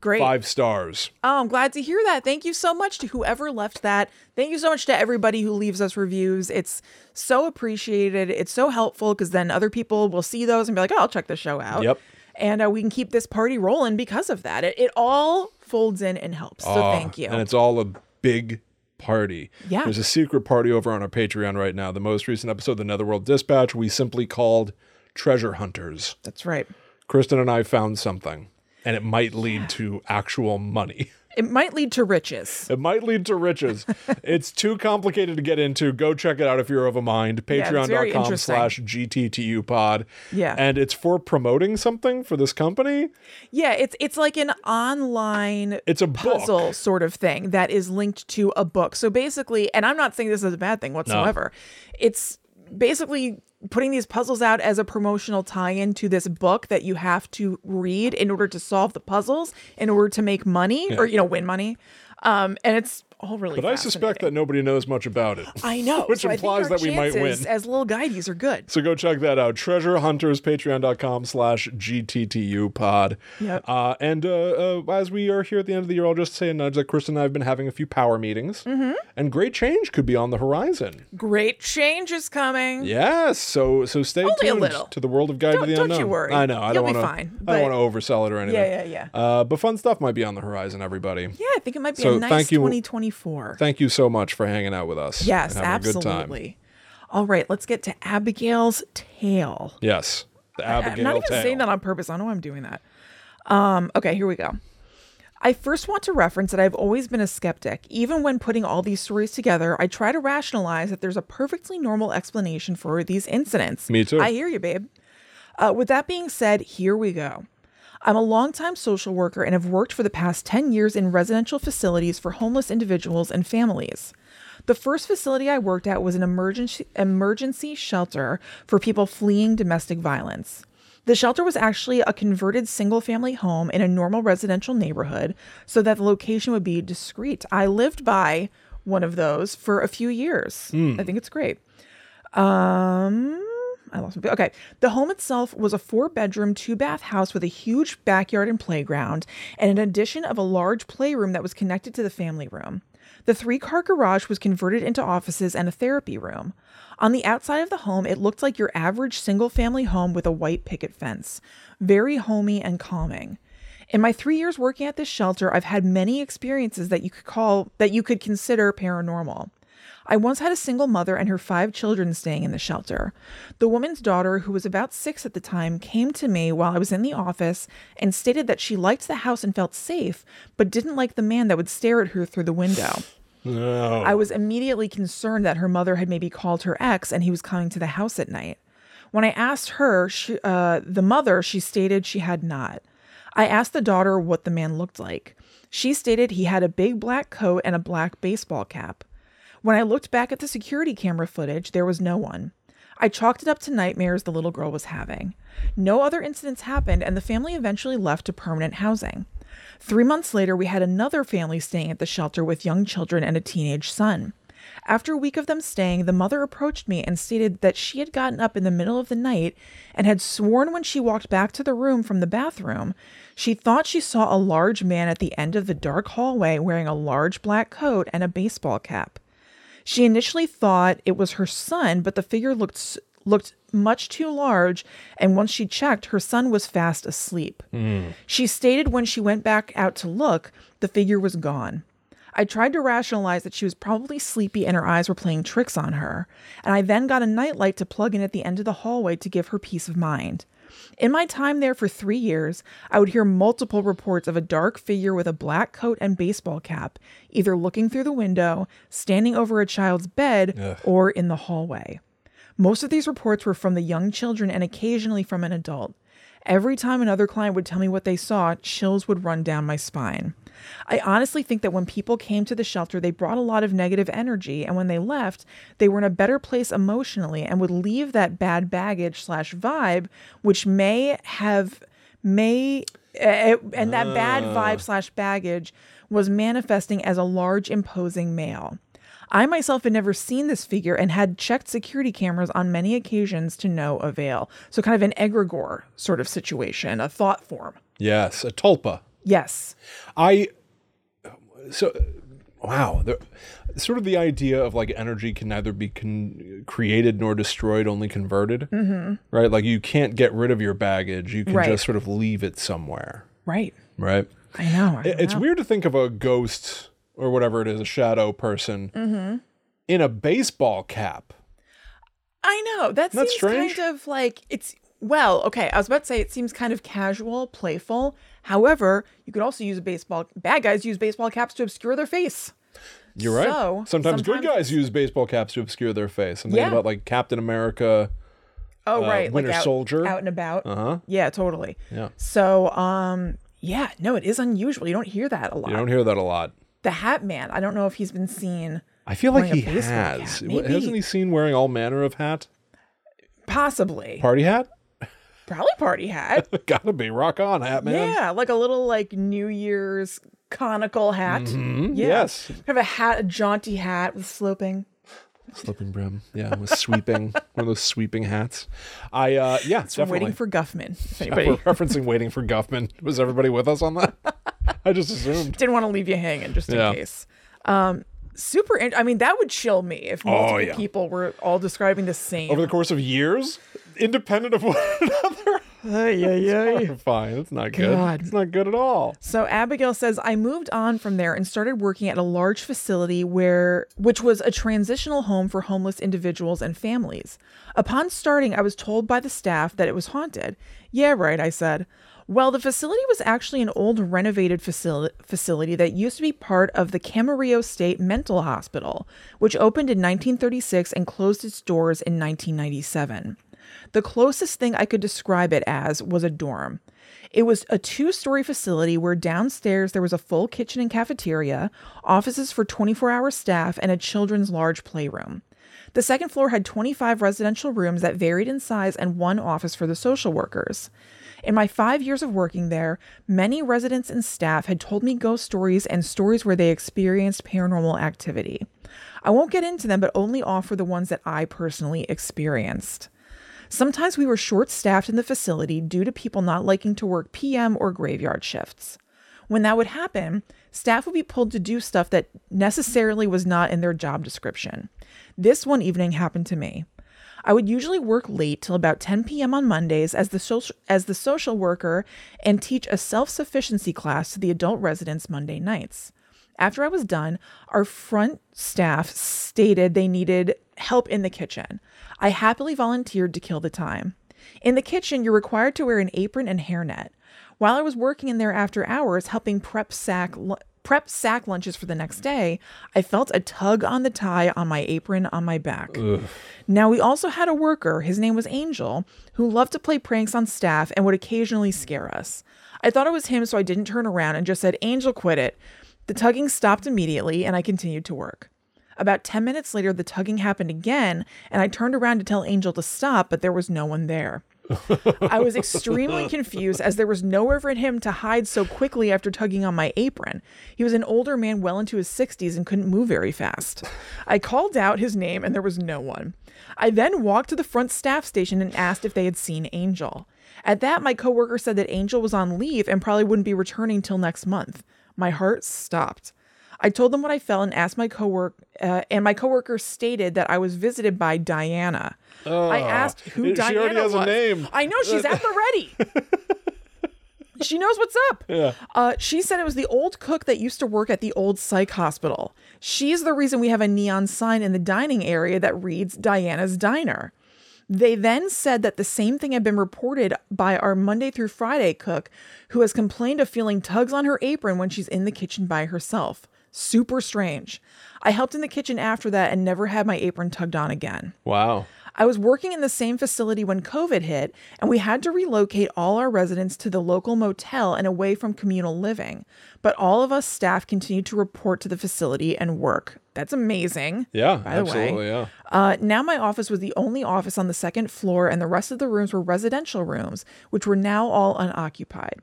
S2: Great.
S1: Five stars.
S2: Oh, I'm glad to hear that. Thank you so much to whoever left that. Thank you so much to everybody who leaves us reviews. It's so appreciated. It's so helpful because then other people will see those and be like, oh, I'll check the show out.
S1: Yep.
S2: And uh, we can keep this party rolling because of that. It, it all folds in and helps. So thank you.
S1: And it's all a big party.
S2: Yeah.
S1: There's a secret party over on our Patreon right now. The most recent episode, The Netherworld Dispatch, we simply called Treasure Hunters.
S2: That's right.
S1: Kristen and I found something, and it might lead to actual money.
S2: It might lead to riches.
S1: It might lead to
S2: [laughs]
S1: riches. it's too complicated to get into. Go check it out if you're of a mind.
S2: it's very
S1: Patreon.com
S2: interesting.
S1: slash GTTU pod.
S2: Yeah.
S1: And it's for promoting something for this company.
S2: Yeah, it's it's like an online
S1: It's a
S2: puzzle
S1: book.
S2: sort of thing that is linked to a book. So basically, and I'm not saying this is a bad thing whatsoever. It's basically putting these puzzles out as a promotional tie-in to this book that you have to read in order to solve the puzzles in order to make money or you know win money. Um, and it's all really.
S1: But I suspect
S2: fascinating.
S1: that nobody knows much about it.
S2: I know,
S1: which
S2: so I think
S1: implies
S2: our
S1: that we might
S2: chances
S1: win.
S2: As little guides are good.
S1: So go check that out. Treasure Hunters, patreon.com slash GTTU pod.
S2: Yep.
S1: Uh, and uh, uh, as we are here at the end of the year, I'll just say a nudge that Kristen and I have been having a few power meetings.
S2: Mm-hmm.
S1: And great change could be on the horizon.
S2: Great change is coming.
S1: Yes. So so stay
S2: a
S1: tuned
S2: little.
S1: to the world of Guide
S2: Don't-
S1: to the
S2: don't you
S1: Unknown.
S2: worry.
S1: I know. I
S2: You'll
S1: don't
S2: be
S1: wanna,
S2: fine,
S1: I
S2: but-
S1: don't want to oversell it or anything.
S2: yeah, yeah.
S1: Uh, but fun stuff might be on the horizon, everybody.
S2: Yeah, I think it might be
S1: So
S2: a nice
S1: thank you-
S2: 2024.
S1: Thank you so much for hanging out with us.
S2: Yes,
S1: and having A good time.
S2: absolutely. All right, let's get to Abigail's tale.
S1: Yes. The Abigail
S2: I'm not even
S1: tale.
S2: saying that on purpose. I don't know why I'm doing that. Um, okay, here we go. I first want to reference that I've always been a skeptic. Even when putting all these stories together, I try to rationalize that there's a perfectly normal explanation for these incidents.
S1: Me too.
S2: I hear you, babe. Uh, with that being said, here we go. I'm a longtime social worker and have worked for the past 10 years in residential facilities for homeless individuals and families. The first facility I worked at was an emergency, emergency shelter for people fleeing domestic violence. The shelter was actually a converted single family home in a normal residential neighborhood so that the location would be discreet. I lived by one of those for a few years. I think it's great. Um, I lost my. Okay, the home itself was a four-bedroom, two-bath house with a huge backyard and playground, and an addition of a large playroom that was connected to the family room. The three-car garage was converted into offices and a therapy room. On the outside of the home, it looked like your average single-family home with a white picket fence, very homey and calming. In my three years working at this shelter, I've had many experiences that you could call that you could consider paranormal. I once had a single mother and her five children staying in the shelter. The woman's daughter, who was about six at the time, came to me while I was in the office and stated that she liked the house and felt safe, but didn't like the man that would stare at her through the window.
S1: No.
S2: I was immediately concerned that her mother had maybe called her ex and he was coming to the house at night. When I asked her, she, uh, the mother, she stated she had not. I asked the daughter what the man looked like. She stated he had a big black coat and a black baseball cap. When I looked back at the security camera footage, there was no one. I chalked it up to nightmares the little girl was having. No other incidents happened, and the family eventually left to permanent housing. Three months later, we had another family staying at the shelter with young children and a teenage son. After a week of them staying, the mother approached me and stated that she had gotten up in the middle of the night and had sworn when she walked back to the room from the bathroom, she thought she saw a large man at the end of the dark hallway wearing a large black coat and a baseball cap. She initially thought it was her son, but the figure looked s- looked much too large, and once she checked, her son was fast asleep. She stated when she went back out to look, the figure was gone. I tried to rationalize that she was probably sleepy and her eyes were playing tricks on her, and I then got a nightlight to plug in at the end of the hallway to give her peace of mind. In my time there for three years, I would hear multiple reports of a dark figure with a black coat and baseball cap, either looking through the window, standing over a child's bed, or in the hallway. Most of these reports were from the young children and occasionally from an adult. Every time another client would tell me what they saw, chills would run down my spine. I honestly think that when people came to the shelter, they brought a lot of negative energy, and when they left, they were in a better place emotionally and would leave that bad baggage slash vibe, which may have may eh, eh, and that bad vibe slash baggage was manifesting as a large imposing male. I myself had never seen this figure and had checked security cameras on many occasions to no avail. So, kind of an egregore sort of situation, a thought form.
S1: Yes, a tulpa.
S2: Yes.
S1: I so wow, the, sort of the idea of like energy can neither be con- created nor destroyed, only converted. Mm-hmm. Right, like you can't get rid of your baggage; you can
S2: Right.
S1: just sort of leave it somewhere.
S2: Right.
S1: Right.
S2: I know. I
S1: It- It's weird to think of a ghost or whatever it is, a shadow person,
S2: Mm-hmm.
S1: in a baseball cap.
S2: I know. That
S1: Isn't that
S2: seems
S1: strange?
S2: kind of like it's well, okay, I was about to say it seems kind of casual, playful. However, you could also use a baseball bad guys use baseball caps to obscure their face.
S1: You're right.
S2: So,
S1: sometimes, good
S2: sometimes-
S1: guys use baseball caps to obscure their face. Something
S2: Yeah.
S1: about like Captain America.
S2: Oh right,
S1: Uh, Winter
S2: like out,
S1: Soldier.
S2: out and about. Uh-huh. Yeah, totally.
S1: Yeah.
S2: So, um yeah, no, it is unusual. You don't hear that a lot.
S1: You don't hear that a lot.
S2: The Hat Man, I don't know if he's been seen
S1: I feel like
S2: Wearing a
S1: he
S2: baseball cap,
S1: has.
S2: maybe.
S1: Hasn't he seen wearing all manner of hat?
S2: possibly.
S1: Party hat? [laughs]
S2: Probably party hat.
S1: Gotta be rock on hat, man.
S2: Yeah, like a little like New Year's conical hat. Yeah.
S1: Mm-hmm. yes.
S2: Kind of a hat, a jaunty hat with sloping.
S1: Slipping brim. Yeah, it was sweeping. [laughs] One of those sweeping hats. I uh yeah,
S2: I'm
S1: definitely.
S2: waiting for Guffman. If
S1: We're
S2: anybody [laughs]
S1: referencing waiting for Guffman. Was everybody with us on that? [laughs] I just assumed.
S2: didn't want to leave you hanging, just in
S1: Yeah.
S2: case. Um, super. In- I mean, that would chill me if multiple
S1: Oh, yeah.
S2: people were all describing the same.
S1: Over the course of years, independent of one [laughs] another.
S2: Ay, ay, ay.
S1: Fine. That's not good.
S2: God.
S1: It's not good at all.
S2: So Abigail says, I moved on from there and started working at a large facility where which was a transitional home for homeless individuals and families. Upon starting, I was told by the staff that it was haunted. Yeah, right, I said. Well, the facility was actually an old renovated facil- facility that used to be part of the Camarillo State Mental Hospital, which opened in 1936 and closed its doors in 1997. The closest thing I could describe it as was a dorm. It was a two story facility where downstairs there was a full kitchen and cafeteria, offices for 24 hour staff, and a children's large playroom. The second floor had 25 residential rooms that varied in size and one office for the social workers. In my five years of working there, many residents and staff had told me ghost stories and stories where they experienced paranormal activity. I won't get into them, but only offer the ones that I personally experienced. Sometimes we were short staffed in the facility due to people not liking to work PM or graveyard shifts. When that would happen, staff would be pulled to do stuff that necessarily was not in their job description. This one evening happened to me. I would usually work late till about 10 p.m. on Mondays as the social, as the social worker and teach a self-sufficiency class to the adult residents Monday nights. After I was done, our front staff stated they needed help in the kitchen. I happily volunteered to kill the time. In the kitchen, you're required to wear an apron and hairnet. While I was working in there after hours, helping prep sack lu- prep sack lunches for the next day, I felt a tug on the tie on my apron on my back. Now we also had a worker, his name was Angel, who loved to play pranks on staff and would occasionally scare us. I thought it was him, so I didn't turn around and just said, "Angel, quit it." The tugging stopped immediately, and I continued to work. About 10 minutes later, the tugging happened again, and I turned around to tell Angel to stop, but there was no one there. I was extremely confused as there was nowhere for him to hide so quickly after tugging on my apron. He was an older man, well into his 60s, and couldn't move very fast. I called out his name, and there was no one. I then walked to the front staff station and asked if they had seen Angel. At that, my coworker said that Angel was on leave and probably wouldn't be returning till next month. My heart stopped. I told them what I felt and asked my coworker, uh, and my coworker stated that I was visited by Diana. I asked who
S1: Oh. She
S2: Diana
S1: already has a
S2: was.
S1: name.
S2: I know she's at the ready. she knows what's up. Uh, she said it was the old cook that used to work at the old psych hospital. She's the reason we have a neon sign in the dining area that reads Diana's Diner. They then said that the same thing had been reported by our Monday through Friday cook, who has complained of feeling tugs on her apron when she's in the kitchen by herself. Super strange. I helped in the kitchen after that and never had my apron tugged on again.
S1: Wow.
S2: I was working in the same facility when COVID hit, and we had to relocate all our residents to the local motel and away from communal living. But all of us staff continued to report to the facility and work. That's amazing.
S1: Yeah.
S2: the way-
S1: absolutely. Yeah.
S2: Uh, now, my office was the only office on the second floor, and the rest of the rooms were residential rooms, which were now all unoccupied.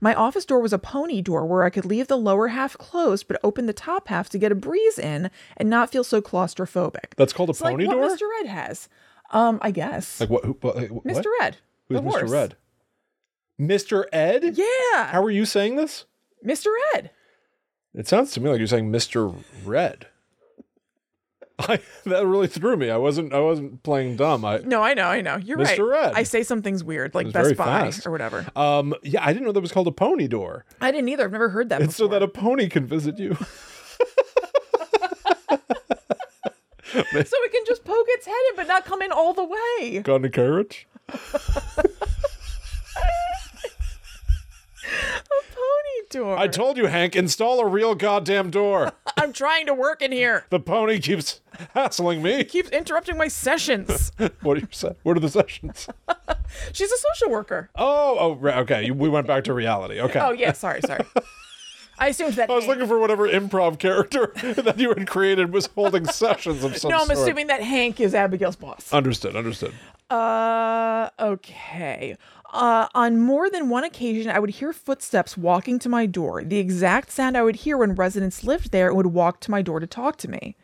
S2: My office door was a pony door where I could leave the lower half closed but open the top half to get a breeze in and not feel so claustrophobic.
S1: That's called a
S2: It's like
S1: pony
S2: what
S1: door.
S2: Mr. Red has. Um, I guess.
S1: Like what? Who, what Mr.
S2: Mr. Red.
S1: Who's
S2: the
S1: Mr.
S2: horse.
S1: Red? Mr. Ed?
S2: Yeah.
S1: How are you saying this?
S2: Mr. Red.
S1: It sounds to me like you're saying Mr. Red. [laughs] I, that really threw me. I wasn't. I wasn't playing dumb. I
S2: No, I know, I know. You're right.
S1: Mr. Red.
S2: I say something's weird, like
S1: was
S2: Best
S1: very
S2: Buy
S1: fast.
S2: or
S1: [laughs]
S2: whatever.
S1: um. Yeah, I didn't know that was called a pony door.
S2: I didn't either. I've never heard that
S1: It's so
S2: before.
S1: that a pony can visit you. [laughs]
S2: so it can just poke its head in but not come in all the way.
S1: Got any carriage?
S2: Pony door.
S1: I told you, Hank. Install a real goddamn door.
S2: I'm trying to work in here.
S1: The pony keeps hassling me. [laughs]
S2: Keeps interrupting my sessions.
S1: What are you saying? What are the sessions?
S2: She's a social worker.
S1: Oh, oh, right, okay. You- We went back to reality. Okay.
S2: Oh yeah, sorry,
S1: [laughs]
S2: sorry. I assumed that.
S1: I was
S2: Hank-
S1: looking for whatever improv character [laughs] that you had created was holding sessions of some
S2: no, I'm
S1: sort.
S2: assuming that Hank is Abigail's boss.
S1: Understood, understood.
S2: Uh, okay. Uh, on more than one occasion, I would hear footsteps walking to my door, the exact sound I would hear when residents lived there and would walk to my door to talk to me.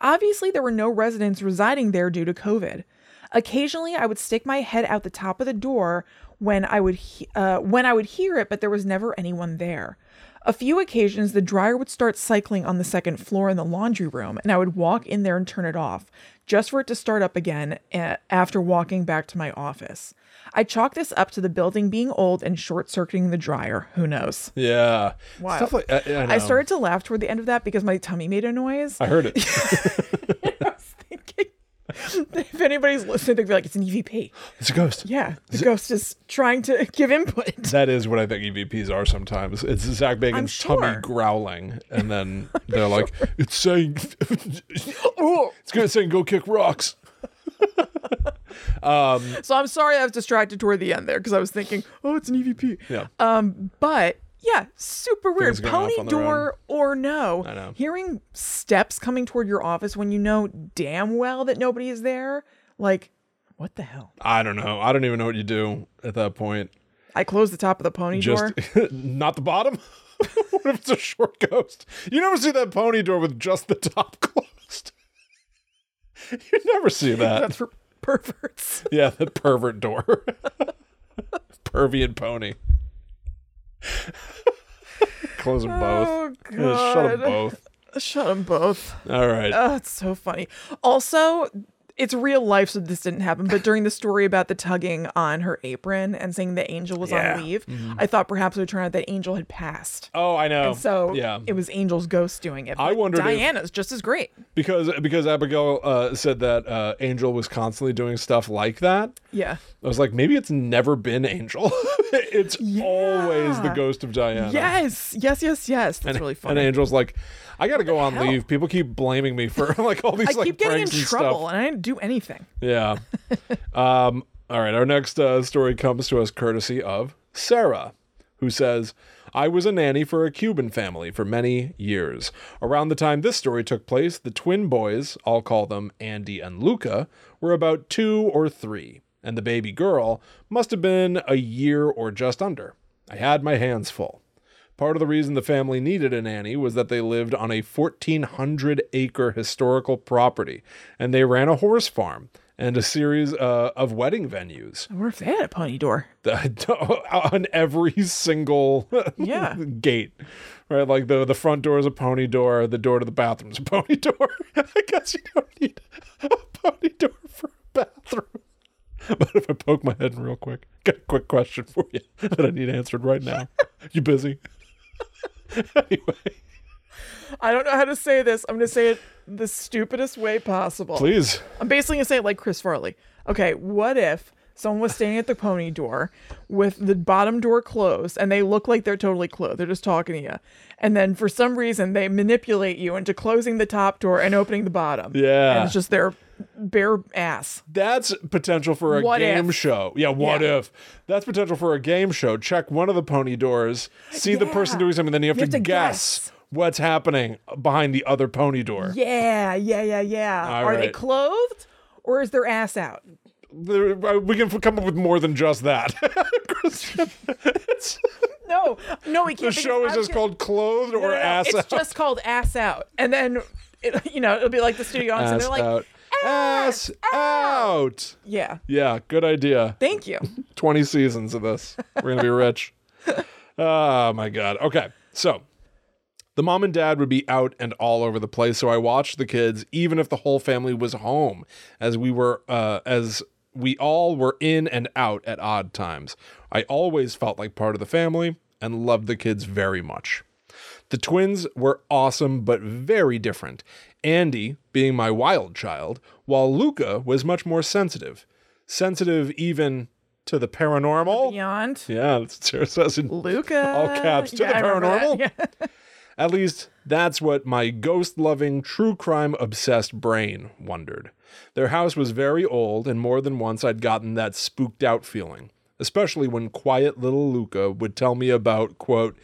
S2: Obviously, there were no residents residing there due to COVID. Occasionally, I would stick my head out the top of the door when I would he- uh, when I would hear it, but there was never anyone there. A few occasions, the dryer would start cycling on the second floor in the laundry room, and I would walk in there and turn it off, just for it to start up again eh, after walking back to my office. I chalk this up to the building being old and short circuiting the dryer. Who knows?
S1: Yeah.
S2: Wow.
S1: Stuff like I, I, know.
S2: I started to laugh toward the end of that because my tummy made
S1: [laughs]
S2: a noise. [laughs]
S1: I heard it.
S2: I was thinking, if anybody's listening, they'd be like, it's an EVP.
S1: It's a ghost.
S2: Yeah, the ghost is trying to [laughs] give input.
S1: That is what I think EVPs are sometimes. It's Zach Bacon's
S2: sure.
S1: tummy growling, and
S2: [laughs]
S1: then they're like, "It's saying, [laughs] it's gonna say go kick rocks."
S2: So I'm sorry I was distracted toward the end there because I was thinking, oh, it's an EVP.
S1: Yeah.
S2: Um, but yeah, super weird.
S1: Things going off
S2: Pony
S1: on their
S2: door or no.
S1: I know.
S2: Hearing steps coming toward your office when you know damn well that nobody is there, like, what the hell?
S1: I don't know. I don't even know what you do at that point.
S2: I closed the top of the pony
S1: Just [laughs]
S2: door.
S1: not the bottom. [laughs] what if it's a short ghost? You never see that pony door with just the top [laughs] closed. you never see that.
S2: That's for perverts.
S1: Yeah, the pervert door. [laughs] Pervy and pony. Close them [laughs] both.
S2: Oh god.
S1: Yeah, Shut them both.
S2: Shut them both.
S1: All right.
S2: Oh, it's so funny. Also, it's real life, so this didn't happen. But during the story about the tugging on her apron and saying the angel was
S1: Yeah. Mm-hmm.
S2: on leave, I thought perhaps it would turn out that angel had passed.
S1: oh, I know.
S2: So
S1: yeah,
S2: it was Angel's ghost doing it.
S1: I
S2: But
S1: wondered if-
S2: Diana's just as great.
S1: because because Abigail uh, said that uh, Angel was constantly doing stuff like that.
S2: Yeah.
S1: I was like, maybe it's never been Angel. [laughs] it's always the
S2: Yeah.
S1: ghost of Diana.
S2: Yes. Yes. Yes. Yes. That's really
S1: And
S2: funny.
S1: Angel's like, I got to go on
S2: hell?
S1: leave. People keep blaming me for [laughs] like all these
S2: I
S1: like
S2: keep getting in
S1: pranks and
S2: trouble,
S1: stuff.
S2: and I didn't do anything.
S1: Yeah. um, all right. Our next uh, story comes to us courtesy of Sarah, who says, I was a nanny for a Cuban family for many years. Around the time this story took place, the twin boys, I'll call them Andy and Luca, were about two or three, and the baby girl must have been a year or just under. I had my hands full. Part of the reason the family needed a nanny was that they lived on a 1,400 acre historical property and they ran a horse farm and a series uh, of wedding venues
S2: I wonder if they had a pony door.
S1: [laughs] on every single
S2: Yeah.
S1: [laughs] gate. Right? Like the, the front door is a pony door, the door to the bathroom is a pony door. [laughs] I guess you don't need a pony door for a bathroom. [laughs] But if I poke my head in real quick, got a quick question for you [laughs] that I need answered right now. you busy? [laughs] anyway.
S2: I don't know how to say this. I'm going to say it the stupidest way possible.
S1: Please.
S2: I'm basically going to say it like Chris Farley. Okay, what if someone was standing at the pony door with the bottom door closed and they look like they're totally closed? They're just talking to you. And then for some reason, they manipulate you into closing the top door and opening the bottom.
S1: Yeah.
S2: And it's just their bare ass.
S1: That's potential for a
S2: What
S1: game
S2: if?
S1: show. Yeah, what
S2: Yeah.
S1: if? That's potential for a game show. Check one of the pony doors, see the person
S2: Yeah.
S1: doing something, then you have, to,
S2: You have to
S1: guess,
S2: guess.
S1: what's happening behind the other pony door.
S2: Yeah, yeah, yeah, yeah.
S1: All
S2: Are they
S1: right.
S2: clothed or is their ass out?
S1: There- uh, We can f- come up with more than just that. [laughs] Kristen, it's-
S2: No, no, we
S1: the
S2: can't.
S1: show is just called Clothed or Ass
S2: it's
S1: Out.
S2: just called ass out. And then, it, you know, it'll be like the studio audience, and
S1: Ass
S2: they're like,
S1: out. Ass out.
S2: yeah,
S1: Yeah, good idea.
S2: thank you.
S1: 20 seasons of this. We're going to be rich. oh my god. Okay. So, the mom and dad would be out and all over the place, so I watched the kids even if the whole family was home as we were uh as we all were in and out at odd times. I always felt like part of the family and loved the kids very much. The twins were awesome, but very different. Andy being my wild child, while Luca was much more sensitive. Sensitive even to the paranormal.
S2: Beyond
S1: Yeah, that's what Sarah says in
S2: Luca.
S1: all caps to
S2: Yeah, I
S1: the
S2: remember that.
S1: paranormal.
S2: Yeah.
S1: At least that's what my ghost loving, true crime obsessed brain wondered. Their house was very old, and more than once I'd gotten that spooked out feeling, especially when quiet little Luca would tell me about, quote,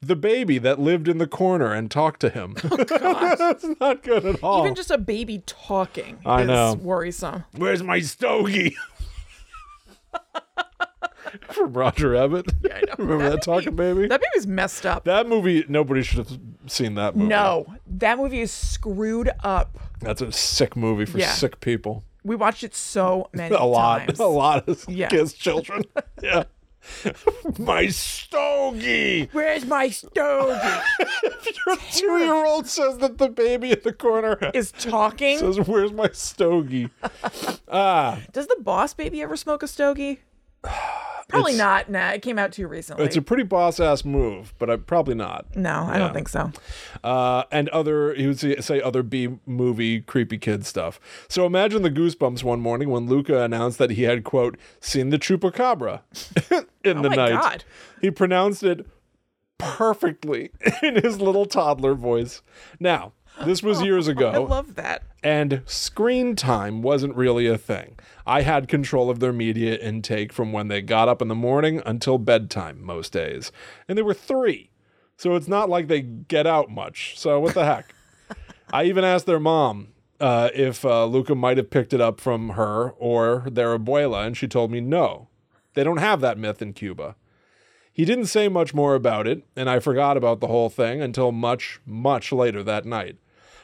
S1: the baby that lived in the corner and talked to him. [laughs] that's not good at all.
S2: Oh, Even just a baby talking
S1: Oh. I
S2: is
S1: know.
S2: worrisome.
S1: Where's my stogie? [laughs] From Roger Rabbit. Yeah, I know. Remember that,
S2: [laughs]
S1: talking baby?
S2: That baby's messed up.
S1: that movie, nobody should have seen that movie.
S2: no, that movie is screwed up.
S1: That's a sick movie for
S2: Yeah.
S1: sick people.
S2: We watched it so
S1: [laughs]
S2: many
S1: A lot.
S2: times.
S1: A lot of
S2: [laughs] Yeah.
S1: kids, children. [laughs]
S2: [laughs]
S1: yeah. My stogie.
S2: Where's my stogie?
S1: [laughs] Your two year old says that the baby in the corner
S2: [laughs] is
S1: [laughs]
S2: talking.
S1: says, Where's my
S2: [laughs]
S1: stogie? ah,
S2: Does the boss baby ever smoke
S1: [sighs]
S2: a stogie? Probably
S1: It's-
S2: not. Nah, it came out too recently.
S1: it's a pretty boss ass move, but I, probably not.
S2: no, I
S1: Yeah.
S2: don't think so.
S1: uh, and other he would say, say other B movie creepy kid stuff. So imagine the goosebumps one morning when Luca announced that he had quote seen the chupacabra [laughs] in the
S2: Oh my
S1: night.
S2: God.
S1: He pronounced it perfectly [laughs] in his little toddler voice. Now this was years ago
S2: I love that.
S1: and screen time wasn't really a thing. I had control of their media intake from when they got up in the morning until bedtime most days. And they were three. So it's not like they get out much. So what the heck? I even asked their mom uh, if uh, Luca might have picked it up from her or their abuela, and she told me no. They don't have that myth in Cuba. He didn't say much more about it, and I forgot about the whole thing until much, much later that night.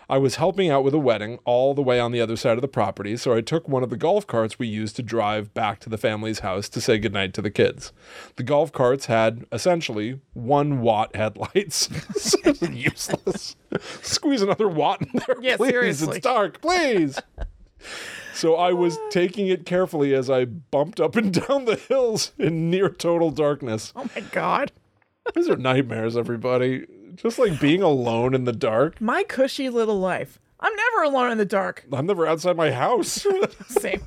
S1: I was helping out with a wedding all the way on the other side of the property, so I took one of the golf carts we used to drive back to the family's house to say goodnight to the kids. The golf carts had essentially one watt headlights. [laughs] Useless. Squeeze another watt in there.
S2: Yeah,
S1: please.
S2: seriously.
S1: It's dark, please. So I
S2: [laughs]
S1: was taking it carefully as I bumped up and [laughs] down the hills in near total darkness.
S2: Oh my god.
S1: These are nightmares, everybody. Just like being alone in the dark.
S2: My cushy little life. I'm never alone in
S1: [laughs]
S2: the dark.
S1: I'm never outside my house.
S2: Same.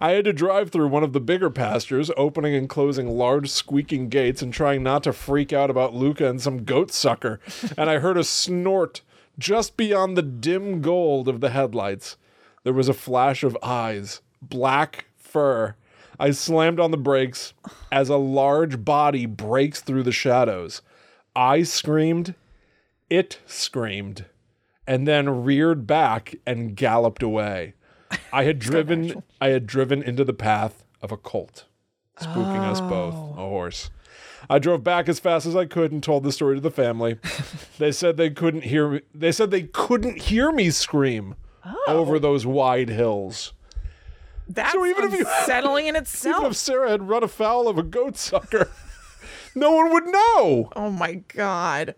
S1: I had to drive through one of the bigger pastures, opening and closing large squeaking gates and trying not to freak out about Luca and some goat sucker. And I heard a snort just beyond the dim gold of the headlights. There was a flash of eyes, black fur. I slammed on the brakes as a large body breaks through the shadows. I screamed, it screamed, and then reared back and galloped away. I had driven I had driven into the path of a colt, spooking us
S2: Oh.
S1: both, a horse. I drove back as fast as I could and told the story to the
S2: [laughs]
S1: family. they said they couldn't hear me. They said they couldn't hear me scream
S2: Oh.
S1: over those wide hills.
S2: That's
S1: So even if you-
S2: unsettling in
S1: [laughs] Even if
S2: itself.
S1: Sarah had run afoul of a goat sucker, [laughs] no one would know.
S2: Oh my god.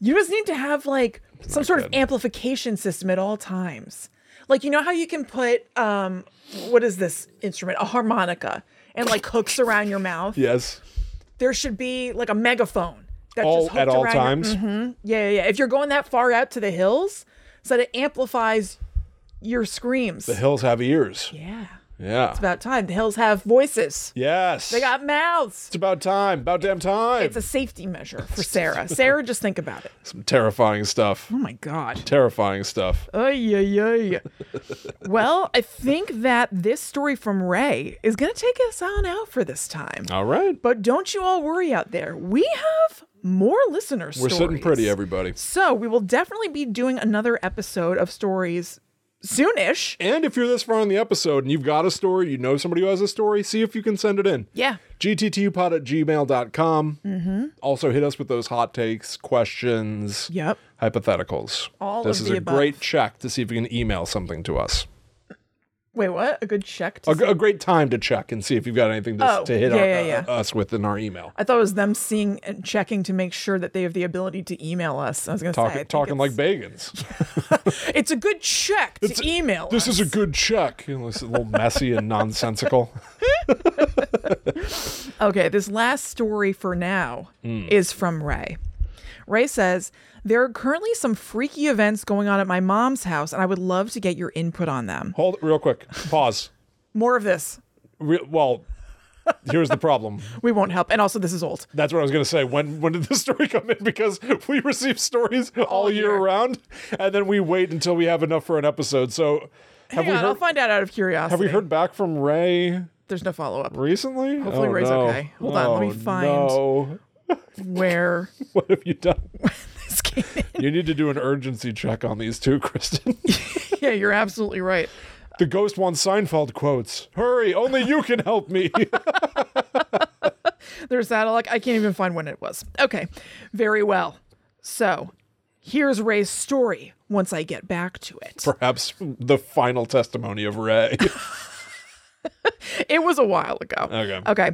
S2: You just need to have like some sort of amplification system at all times. Like you know how you can put um what is this instrument? A harmonica and like hooks around your mouth.
S1: Yes,
S2: There should be like a megaphone that
S1: all
S2: just hooked
S1: at all
S2: around Your, Mm-hmm.
S1: times.
S2: Yeah, yeah, yeah. If you're going that far out to the hills, so that it amplifies your screams.
S1: The hills have ears.
S2: yeah.
S1: Yeah.
S2: It's about time. The hills have voices.
S1: Yes.
S2: They got mouths.
S1: It's about time. About damn time.
S2: It's a safety
S1: [laughs]
S2: measure for Sarah. Sarah, just think about it.
S1: Some terrifying stuff.
S2: Oh my God.
S1: Terrifying stuff.
S2: Ay,
S1: [laughs]
S2: ay, ay. well, I think that this story from Ray is going to take us on out for this time.
S1: All right.
S2: But don't you all worry out there. We have more listener
S1: We're
S2: stories.
S1: sitting pretty, everybody.
S2: So we will definitely be doing another episode of stories soonish.
S1: And if you're this far in the episode and you've got a story, you know somebody who has a story, see if you can send it in.
S2: Yeah.
S1: GTTUpod at gmail.com. Mm-hmm. Also, hit us with those hot takes, questions,
S2: Yep.
S1: hypotheticals.
S2: All
S1: this
S2: of
S1: is
S2: the
S1: a
S2: above.
S1: great check to see if you can email something to us.
S2: Wait, what? A good check. To
S1: A, g- a great time to check and see if you've got anything to, s-
S2: Oh,
S1: to hit
S2: yeah,
S1: our,
S2: yeah,
S1: uh,
S2: yeah.
S1: us with in our email.
S2: I thought it was them seeing and checking to make sure that they have the ability to email us. I was going to say, I
S1: Talk,
S2: think
S1: talking like
S2: it's,
S1: bagans.
S2: [laughs] it's a good check to email.
S1: This is
S2: us.
S1: a good check. You know, it's a little messy and nonsensical.
S2: [laughs] Okay, this last story for now
S1: Hmm.
S2: is from Ray. Ray says, There are currently some freaky events going on at my mom's house, and I would love to get your input on them.
S1: Hold real quick. Pause.
S2: More of this.
S1: Re- well, here's the problem.
S2: We won't help. And also, this is old.
S1: That's what I was gonna say. When when did this story come in? Because we receive stories all, year,
S2: year.
S1: round, and then we wait until we have enough for an episode. So have we
S2: Hang on, I'll
S1: heard?
S2: find out out of curiosity.
S1: Have we heard back from Ray
S2: There's no follow up.
S1: recently? Oh,
S2: Hopefully Ray's okay. Hold on, let me find-
S1: No. [laughs]
S2: Where
S1: What have you done?
S2: this came in.
S1: You need to do an urgency check on these two, Kristen. [laughs]
S2: Yeah, you're absolutely right.
S1: the ghost wants Seinfeld quotes. Hurry, only you can help me. [laughs]
S2: There's that. Like, I can't even find when it was. Okay, very well. So here's Ray's story once I get back to it.
S1: Perhaps the final testimony of Ray. [laughs]
S2: It was a while ago.
S1: Okay.
S2: Okay.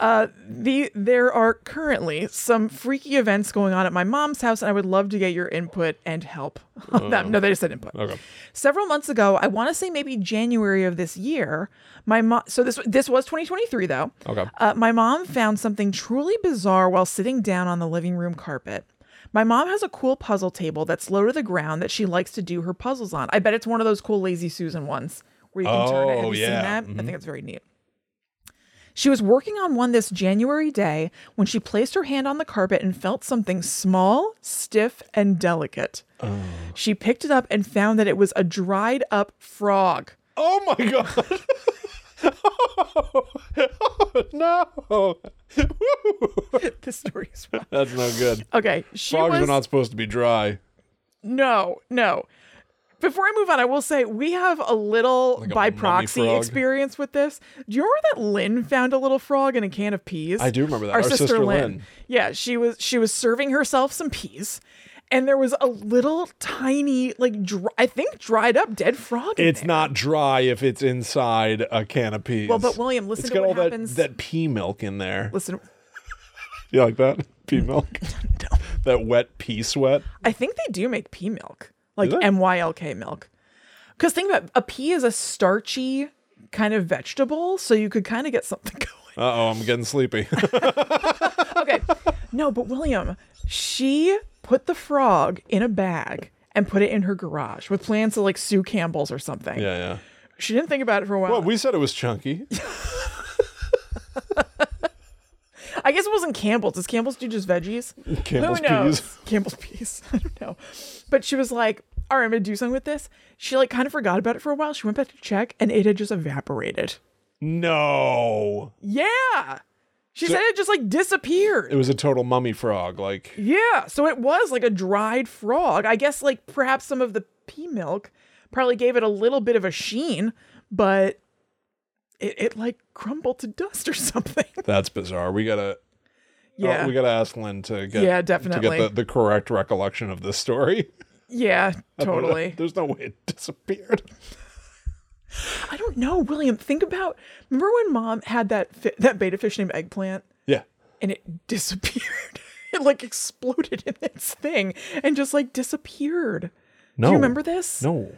S2: Uh, the there are currently some freaky events going on at my mom's house, and I would love to get your input and help [laughs] on them. No, they just said input.
S1: Um, Okay.
S2: Several months ago, I want to say maybe January of this year, my mom. So this this was 2023 though.
S1: Okay.
S2: Uh, my mom found something truly bizarre while sitting down on the living room carpet. My mom has a cool puzzle table that's low to the ground that she likes to do her puzzles on. I bet it's one of those cool Lazy Susan ones where you can turn it.
S1: Oh,
S2: Have you
S1: yeah.
S2: seen that? I think it's very neat. She was working on one this January day when she placed her hand on the carpet and felt something small, stiff, and delicate. She picked it up and found that it was a dried up frog.
S1: Oh my god. [laughs] Oh, no. Woo.
S2: [laughs] This story is wild.
S1: That's no good.
S2: Okay, she
S1: Frogs
S2: was
S1: are not supposed to be dry.
S2: no, no. Before I move on, I will say we have a little
S1: a
S2: by
S1: mummy
S2: proxy
S1: frog.
S2: experience with this. Do you remember that Lynn found a little frog in a can of peas?
S1: I do remember that.
S2: Our,
S1: Our
S2: sister,
S1: sister
S2: Lynn.
S1: Lynn.
S2: Yeah, she was she was serving herself some peas, and there was a little tiny, like dry, I think dried up dead frog. in
S1: It's
S2: there.
S1: not dry if it's inside a can of peas.
S2: Well, but William, listen
S1: it's
S2: to
S1: got
S2: what
S1: all that,
S2: happens.
S1: that pea milk in there.
S2: listen,
S1: You like that? Pea milk?
S2: [laughs] no.
S1: that wet pea sweat?
S2: I think they do make pea milk, like
S1: they?
S2: MYLK milk. Because think about a pea is a starchy kind of vegetable, so you could kind of get something [laughs] going.
S1: Uh oh, I'm getting [laughs] sleepy.
S2: Okay, no, but William, she put the frog in a bag and put it in her garage with plans to like Sue Campbell's or something.
S1: yeah, yeah.
S2: She didn't think about it for a while.
S1: Well, we said it was chunky.
S2: I guess it wasn't Campbell's. Does Campbell's do just veggies?
S1: Campbell's
S2: Who knows?
S1: peas.
S2: [laughs] Campbell's peas. I don't know. But she was like, all right, I'm going to do something with this. She like kind of forgot about it for a while. She went back to check and it had just evaporated.
S1: No.
S2: Yeah. She said it just like disappeared.
S1: It was a total mummy frog. Like,
S2: yeah. So it was like a dried frog. I guess like perhaps some of the pea milk probably gave it a little bit of a sheen, but it, it like crumbled to dust or [laughs] something.
S1: that's bizarre. We gotta
S2: yeah.
S1: Oh, we gotta ask Lynn to get
S2: Yeah,
S1: to
S2: definitely.
S1: get the, the correct recollection of this story. [laughs]
S2: yeah, totally.
S1: There's no way it disappeared. [laughs]
S2: I don't know, William. Think about remember when mom had that fi- that beta fish named eggplant
S1: Yeah.
S2: and it [laughs] disappeared. it like exploded in its thing and just like disappeared.
S1: No.
S2: Do you remember this?
S1: No.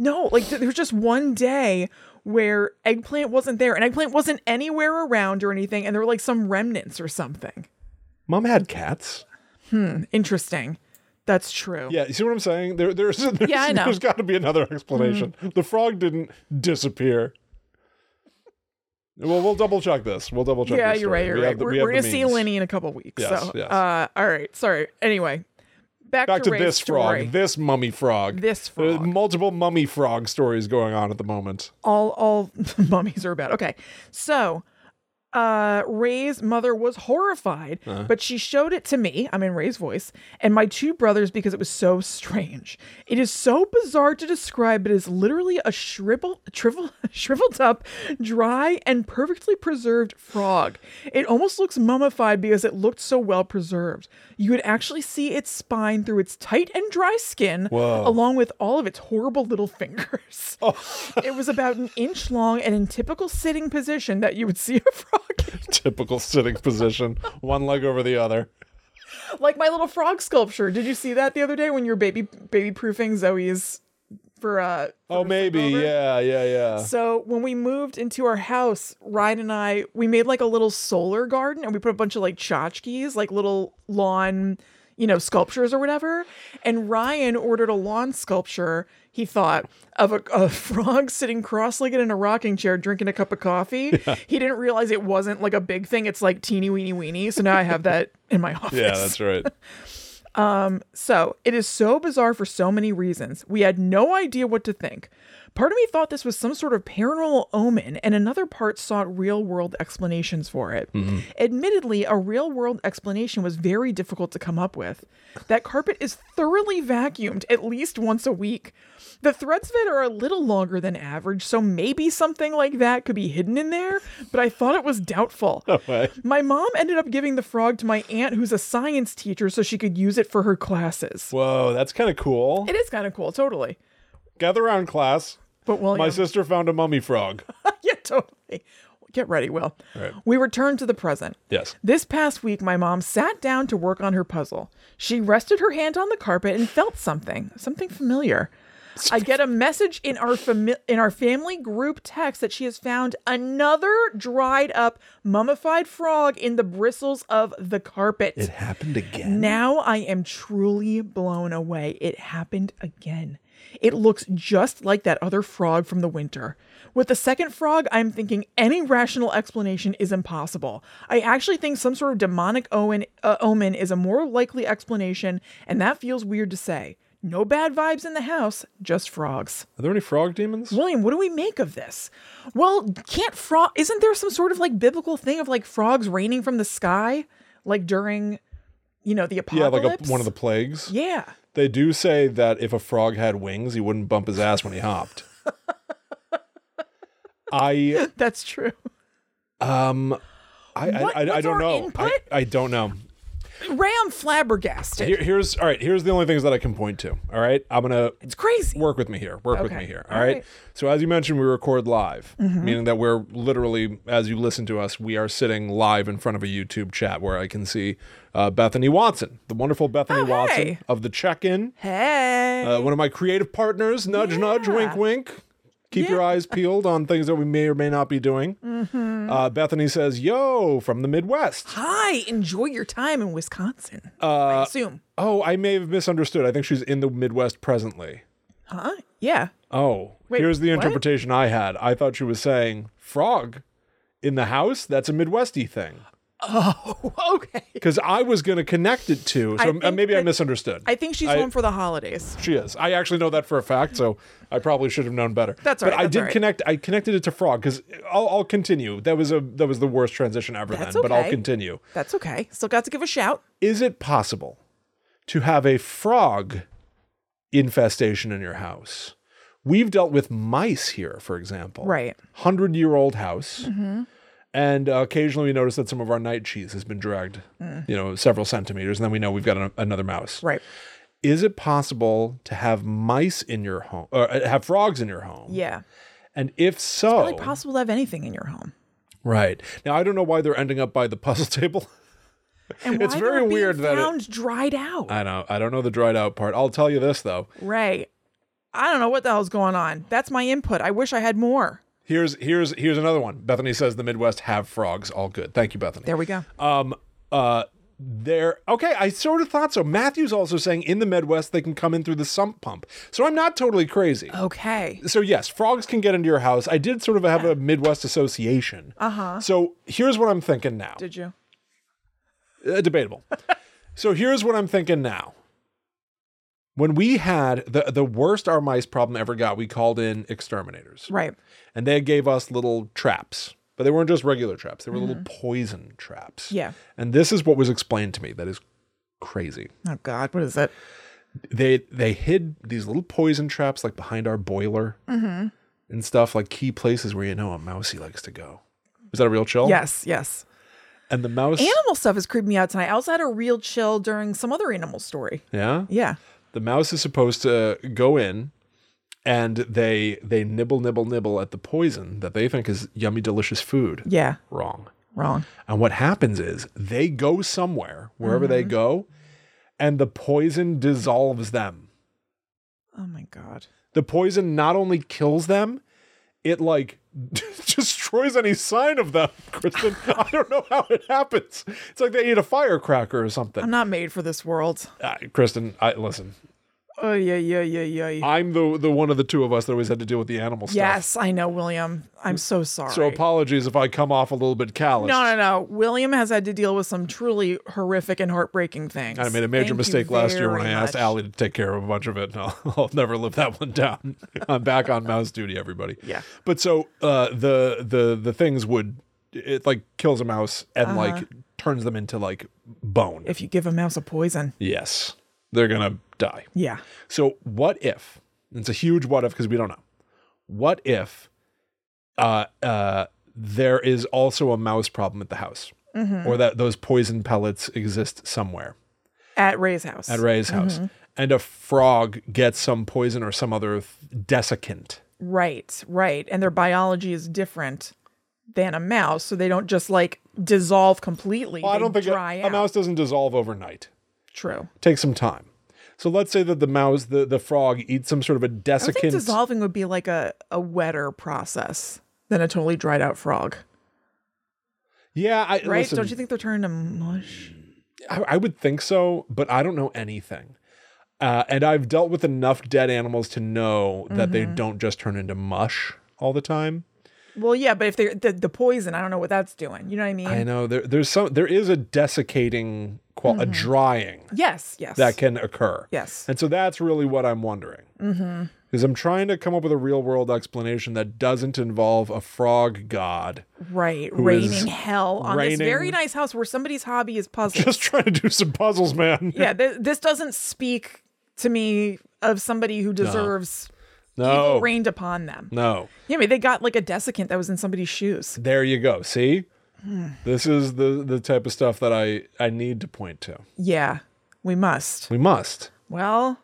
S2: No, like th- there was just one day where eggplant wasn't there and eggplant wasn't anywhere around or anything and there were like some remnants or something.
S1: Mom had cats.
S2: Interesting. That's true.
S1: Yeah, you see what I'm saying? There there's, [laughs] there's
S2: Yeah, I know. Mm-hmm.
S1: there's gotta be another explanation. The frog didn't disappear. Well, we'll double check this. We'll double check.
S2: yeah,
S1: this
S2: you're
S1: story.
S2: right. You're
S1: We have
S2: right.
S1: the-
S2: We're,
S1: we have
S2: we're
S1: the
S2: gonna see
S1: means.
S2: Lenny in a couple weeks.
S1: Yes,
S2: so,
S1: yes.
S2: uh, all right. Sorry. Anyway, back,
S1: Back to
S2: Ray's
S1: this
S2: story.
S1: frog, this mummy frog.
S2: This
S1: There's
S2: frog.
S1: multiple mummy frog stories going on at the moment. [laughs]
S2: all all [laughs] mummies are about. Okay, so uh Ray's mother was horrified, but she showed it to me. I'm in Ray's voice and my two brothers because it was so strange. It is so bizarre to describe. It is literally a shrivel, shrivel, [laughs] shriveled up, dry and perfectly preserved frog. It almost looks mummified because it looked so well preserved. You could actually see its spine through its tight and dry skin,
S1: Whoa.
S2: along with all of its horrible little [laughs] fingers. It was about an inch long and in typical sitting position that you would see a frog, [laughs]
S1: Typical sitting position, one leg over the other.
S2: like my little frog sculpture. Did you see that the other day when you were baby baby proofing Zoe's for uh?
S1: Oh, maybe.
S2: over?
S1: Yeah, yeah, yeah.
S2: So when we moved into our house, Ryan and I we made like a little solar garden and we put a bunch of like tchotchkes, like little lawn, you know, sculptures or whatever. And Ryan ordered a lawn sculpture. He thought of a, a [laughs] frog sitting cross-legged in a rocking chair drinking a cup
S1: [laughs]
S2: of coffee. He didn't realize it wasn't like a big thing. It's like teeny weeny weeny. So now I have that in my
S1: [laughs]
S2: office.
S1: Yeah, that's
S2: [laughs]
S1: right.
S2: So it is so bizarre for so many reasons. We had no idea what to think. Part of me thought this was some sort of paranormal omen, and another part sought real world explanations for it. Admittedly, a real world explanation was very difficult to come up with. That carpet is thoroughly vacuumed at least once a week. The threads of it are a little longer than average, so maybe something like that could be hidden in there, but I thought it was doubtful.
S1: way.
S2: My mom ended up giving the frog to my aunt, who's a science teacher, so she could use it for her classes.
S1: Whoa, that's kind of cool.
S2: It is kind of cool, totally.
S1: Gather round, class.
S2: But William,
S1: My sister found a mummy frog.
S2: [laughs] yeah, totally. Get ready, Will.
S1: right.
S2: We return to the present.
S1: Yes.
S2: This past week, my mom sat down to work on her puzzle. She rested her hand on the carpet and felt something, something familiar. I get a message in our fami- in our family group text that she has found another dried up mummified frog in the bristles of the carpet.
S1: happened again.
S2: Now I am truly blown away. It happened again. It looks just like that other frog from the winter. With the second frog, I'm thinking any rational explanation is impossible. I actually think some sort of demonic omen, uh, omen is a more likely explanation, and that feels weird to say. No bad vibes in the house, just frogs.
S1: Are there any frog demons?
S2: William, what do we make of this? Well, can't frog isn't there some sort of like biblical thing of like frogs raining from the sky like during you know, the
S1: Yeah,
S2: apocalypse?
S1: like a, one of the plagues.
S2: Yeah.
S1: They do say that if a frog had wings, he wouldn't bump his ass when he
S2: [laughs]
S1: hopped. I
S2: That's true. [laughs]
S1: um I I,
S2: What-
S1: I, I
S2: what's
S1: don't
S2: our
S1: know. I,
S2: input?
S1: I don't know.
S2: Ray, I'm flabbergasted.
S1: Here, here's all right, here's the only things that I can point to. All right. I'm gonna
S2: it's crazy.
S1: work with me here. Work with
S2: Okay.
S1: me here.
S2: All
S1: all right?
S2: right. Mm-hmm.
S1: So as you mentioned, we record live, meaning that we're literally, as you listen to us, we are sitting live in front of a YouTube chat where I can see uh, Bethany Watson, the wonderful Bethany
S2: Oh,
S1: Watson
S2: hey.
S1: of the Check-in,
S2: Hey.
S1: uh, one of my creative partners. Nudge, nudge,
S2: Yeah.
S1: wink, wink. Keep your eyes peeled on things that we may or may not be doing.
S2: Mm-hmm.
S1: Uh, Bethany says, "Yo, from the Midwest."
S2: Hi, enjoy your time in Wisconsin.
S1: uh,
S2: I assume.
S1: Oh, I may have misunderstood. I think she's in the Midwest presently.
S2: Huh?
S1: [laughs]
S2: Yeah.
S1: Oh,
S2: Wait,
S1: here's the
S2: what?
S1: interpretation I had. I thought she was saying frog in the house. That's a Midwesty thing Oh,
S2: okay.
S1: because I was going to connect it to. So
S2: think
S1: uh, maybe I
S2: that-
S1: misunderstood.
S2: I think she's
S1: I-
S2: home for the holidays.
S1: she is. I actually know that for a fact, so I probably should have known better.
S2: That's all
S1: But
S2: right,
S1: I
S2: that's
S1: did
S2: all right.
S1: connect. I connected it to frog because I'll, I'll continue. That was a that was the worst transition ever.
S2: That's
S1: then, but I'll
S2: okay.
S1: continue.
S2: That's okay. Still got to give a shout.
S1: Is it possible to have a frog infestation in your house? We've dealt with mice here, for example.
S2: Right.
S1: hundred year old house.
S2: Mm-hmm.
S1: And uh, occasionally we notice that some of our night cheese has been dragged, you know, several centimeters. And then we know we've got an, another mouse.
S2: Mm. Right.
S1: Is it possible to have mice in your home, or uh, have frogs in your home?
S2: Yeah.
S1: And if so,
S2: Probably possible to have anything in your home.
S1: right. Now, I don't know why they're ending up by the puzzle [laughs] table.
S2: And
S1: It's
S2: why
S1: very
S2: they're being
S1: weird that it- Uh,
S2: found dried out.
S1: I know. I don't know the dried out part. I'll tell you this, though.
S2: Ray, I don't know what the hell's going on. That's my input. I wish I had more.
S1: Here's here's here's another one. Bethany says the Midwest have frogs. All good. Thank you, Bethany.
S2: There we go.
S1: Um, uh, th- There. Okay, I sort of thought so. Matthew's also saying in the Midwest they can come in through the sump pump. So I'm not totally crazy.
S2: Okay.
S1: So yes, frogs can get into your house. I did sort of have a Midwest association. Uh-huh. So here's what I'm thinking now.
S2: Did you?
S1: Uh, debatable. so here's what I'm thinking now. When we had the the worst our mice problem ever got, we called in exterminators,
S2: Right.
S1: and they gave us little traps. But they weren't just regular traps; they were little poison traps.
S2: Yeah.
S1: And this is what was explained to me. That is crazy.
S2: Oh God, what is it?
S1: They they hid these little poison traps like behind our boiler
S2: Mm-hmm.
S1: and stuff, like key places where you know a mousey likes to go. Is that a real chill?
S2: Yes, yes.
S1: And the mouse.
S2: Animal stuff is creeping me out tonight. I also had a real chill during some other animal story.
S1: yeah.
S2: Yeah.
S1: the mouse is supposed to go in and they they nibble nibble nibble at the poison that they think is yummy delicious food
S2: Yeah.
S1: wrong
S2: Wrong.
S1: and what happens is they go somewhere wherever they
S2: Mm-hmm.
S1: go and the poison dissolves them
S2: Oh my God.
S1: the poison not only kills them it like [laughs] destroys any sign of them [laughs] kristen i don't know how it happens it's like they eat a firecracker or
S2: I'm
S1: something
S2: not made for this world.
S1: uh, kristen i listen
S2: Oh yeah, yeah, yeah, yeah.
S1: i'm the the one of the two of us that always had to deal with the animal stuff
S2: Yes, I know, William. I'm so sorry.
S1: So apologies if I come off a little bit callous.
S2: no, no, no. William has had to deal with some truly horrific and heartbreaking things.
S1: I made a major
S2: Thank you
S1: mistake last year when I
S2: very
S1: asked
S2: much.
S1: Allie to take care of a bunch of it, and I'll, [laughs] I'll never live that one down. [laughs] I'm back on mouse duty, everybody.
S2: Yeah.
S1: But so uh, the the the things would it like kills a mouse and like turns them into like bone.
S2: Uh-huh. If you give a mouse a poison,
S1: yes, they're gonna die.
S2: yeah.
S1: So what if? It's a huge what if because we don't know. What if uh, uh, there is also a mouse problem at the house,
S2: Mm-hmm.
S1: or that those poison pellets exist somewhere
S2: At Ray's house.
S1: at Ray's house, and a frog gets some poison or some other th- desiccant?
S2: Right, right. And their biology is different than a mouse, so they don't just like dissolve completely.
S1: I
S2: They
S1: don't think a,
S2: dry
S1: a
S2: out.
S1: mouse doesn't dissolve overnight.
S2: True.
S1: Takes some time. So let's say that the mouse, the, the frog, eats some sort of a
S2: I think
S1: desiccant.
S2: dissolving would be like a, a wetter process than a totally dried out frog.
S1: yeah, I,
S2: Right?
S1: listen,
S2: Don't you think they're turning to mush?
S1: I, I would think so, but I don't know anything. Uh, and I've dealt with enough dead animals to know that
S2: Mm-hmm.
S1: they don't just turn into mush all the time.
S2: Well, yeah, but if they the, the poison, I don't know what that's doing. You know what I mean?
S1: I know there, there's some there is a desiccating qual
S2: Mm-hmm.
S1: a drying
S2: yes, yes.
S1: that can occur.
S2: Yes.
S1: and so that's really what I'm wondering because
S2: Mm-hmm.
S1: I'm trying to come up with a real world explanation that doesn't involve a frog god [laughs] is
S2: right. Raining hell on this very
S1: raining-
S2: nice house where somebody's hobby is
S1: [laughs]
S2: puzzles.
S1: just trying to do some puzzles, man.
S2: yeah, th- this doesn't speak to me of somebody who deserves evil
S1: No,
S2: rained upon them.
S1: no.
S2: Yeah, I mean, they got like a desiccant that was in somebody's shoes.
S1: There you go. See,
S2: Hmm.
S1: this is the the type of stuff that I I need to point to.
S2: Yeah, we must.
S1: We must.
S2: Well,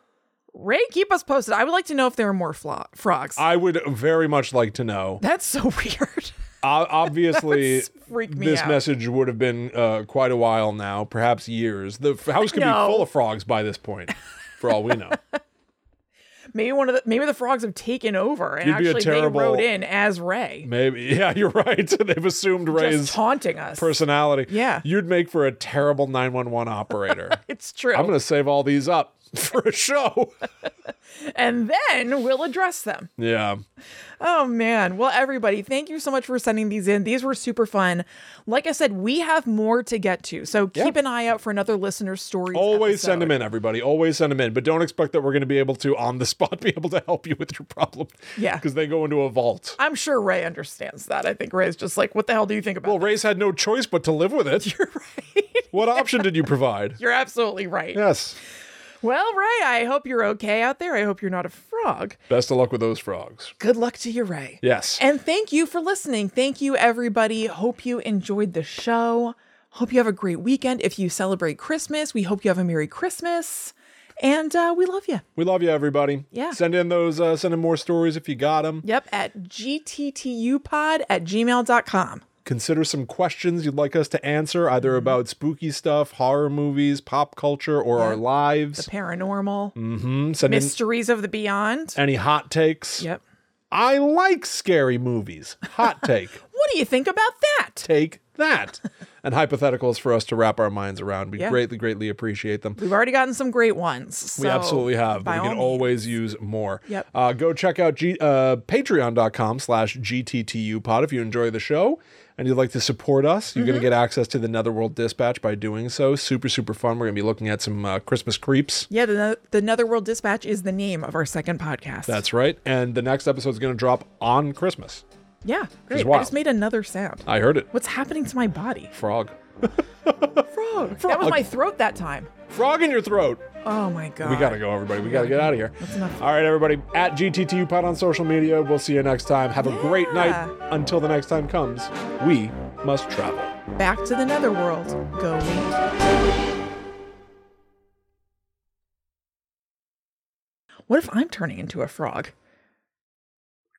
S2: Ray, keep us posted. I would like to know if there are more flo- frogs.
S1: I would very much like to know.
S2: That's so [laughs] weird. [laughs]
S1: O- Obviously,
S2: freak me
S1: this
S2: out.
S1: message would have been uh, quite a while now, perhaps years. The f- house could
S2: No.
S1: be full of frogs by this point, for all
S2: [laughs]
S1: we know.
S2: maybe one of the maybe the frogs have taken over and
S1: You'd be a
S2: actually
S1: terrible-
S2: they rode in as Ray,
S1: Maybe. [laughs] Yeah, you're right. They've assumed
S2: just
S1: Ray's
S2: taunting us.
S1: personality.
S2: Yeah.
S1: You'd make for a terrible 911
S2: [laughs]
S1: operator.
S2: it's true.
S1: I'm going to save all these up [laughs] for a
S2: [laughs]
S1: show.
S2: and then we'll address them.
S1: yeah.
S2: Oh man. Well, everybody, thank you so much for sending these in. These were super fun. Like I said, we have more to get to. So keep an eye out for another listener story.
S1: Always send them in, everybody. Always send them in, but don't expect that we're going to be able to, on the [laughs] spot, be able to help you with your problem.
S2: Yeah.
S1: Because they go into a vault.
S2: I'm sure Ray understands that. I think Ray's just like, what the hell do you think about
S1: Well, Ray's had no choice but to live with it.
S2: [laughs] You're right.
S1: What option did you
S2: [laughs]
S1: provide?
S2: You're absolutely right.
S1: Yes.
S2: Well, Ray, I hope you're okay out there. I hope you're not a frog.
S1: Best of luck with those frogs.
S2: Good luck to you, Ray.
S1: Yes.
S2: And thank you for listening. Thank you, everybody. Hope you enjoyed the show. Hope you have a great weekend. If you celebrate Christmas, we hope you have a Merry Christmas. And uh, we love you.
S1: we love you, everybody.
S2: Yeah.
S1: Send in those, uh, send in more stories if you got them.
S2: Yep, at gttupod at gmail.com.
S1: consider some questions you'd like us to answer,
S2: Mm-hmm.
S1: either about spooky stuff, horror movies, pop culture, or our lives.
S2: Paranormal,
S1: Mm, Send in
S2: mysteries of the beyond.
S1: any hot takes.
S2: Yep.
S1: I like scary movies. Hot take.
S2: [laughs] What do you think about that?
S1: take that? and hypotheticals for us to wrap our minds around. We
S2: Yeah.
S1: greatly, greatly appreciate them.
S2: We've already gotten some great ones.
S1: We absolutely have. But
S2: by
S1: we can
S2: all means.
S1: always use more.
S2: Yep.
S1: Uh, go check out G- uh, patreon.com slash GTTU pod if you enjoy the show and you'd like to support us. You're going
S2: Mm-hmm.
S1: to get access to the Netherworld Dispatch by doing so. Super, super fun. We're going to be looking at some uh, Christmas creeps.
S2: Yeah, the, the Netherworld Dispatch is the name of our second podcast.
S1: That's right. And the next episode is going to drop on Christmas.
S2: yeah, great. I
S1: wild.
S2: just made another sound.
S1: I heard it.
S2: What's happening to my body?
S1: Frog.
S2: Frog. That was my throat that time.
S1: Frog in your throat.
S2: Oh my god.
S1: We gotta go, everybody. We gotta get out of here.
S2: enough.
S1: All right, everybody. At GTTU Pod on social media. We'll see you next time. Have a great night.
S2: Yeah.
S1: Until the next time comes, we must travel.
S2: back to the Netherworld. Go we. What if I'm turning into a frog?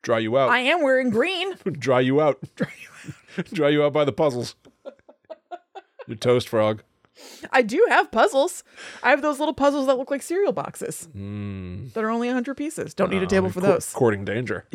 S1: Dry you out.
S2: I am wearing green.
S1: [laughs] Dry you out. Dry you out by the puzzles. Your toast frog.
S2: I do have puzzles. I have those little puzzles that look like cereal boxes
S1: Oh, Uh,
S2: that are only 100 pieces. Don't need a table for
S1: Cour-
S2: those.
S1: Courting danger.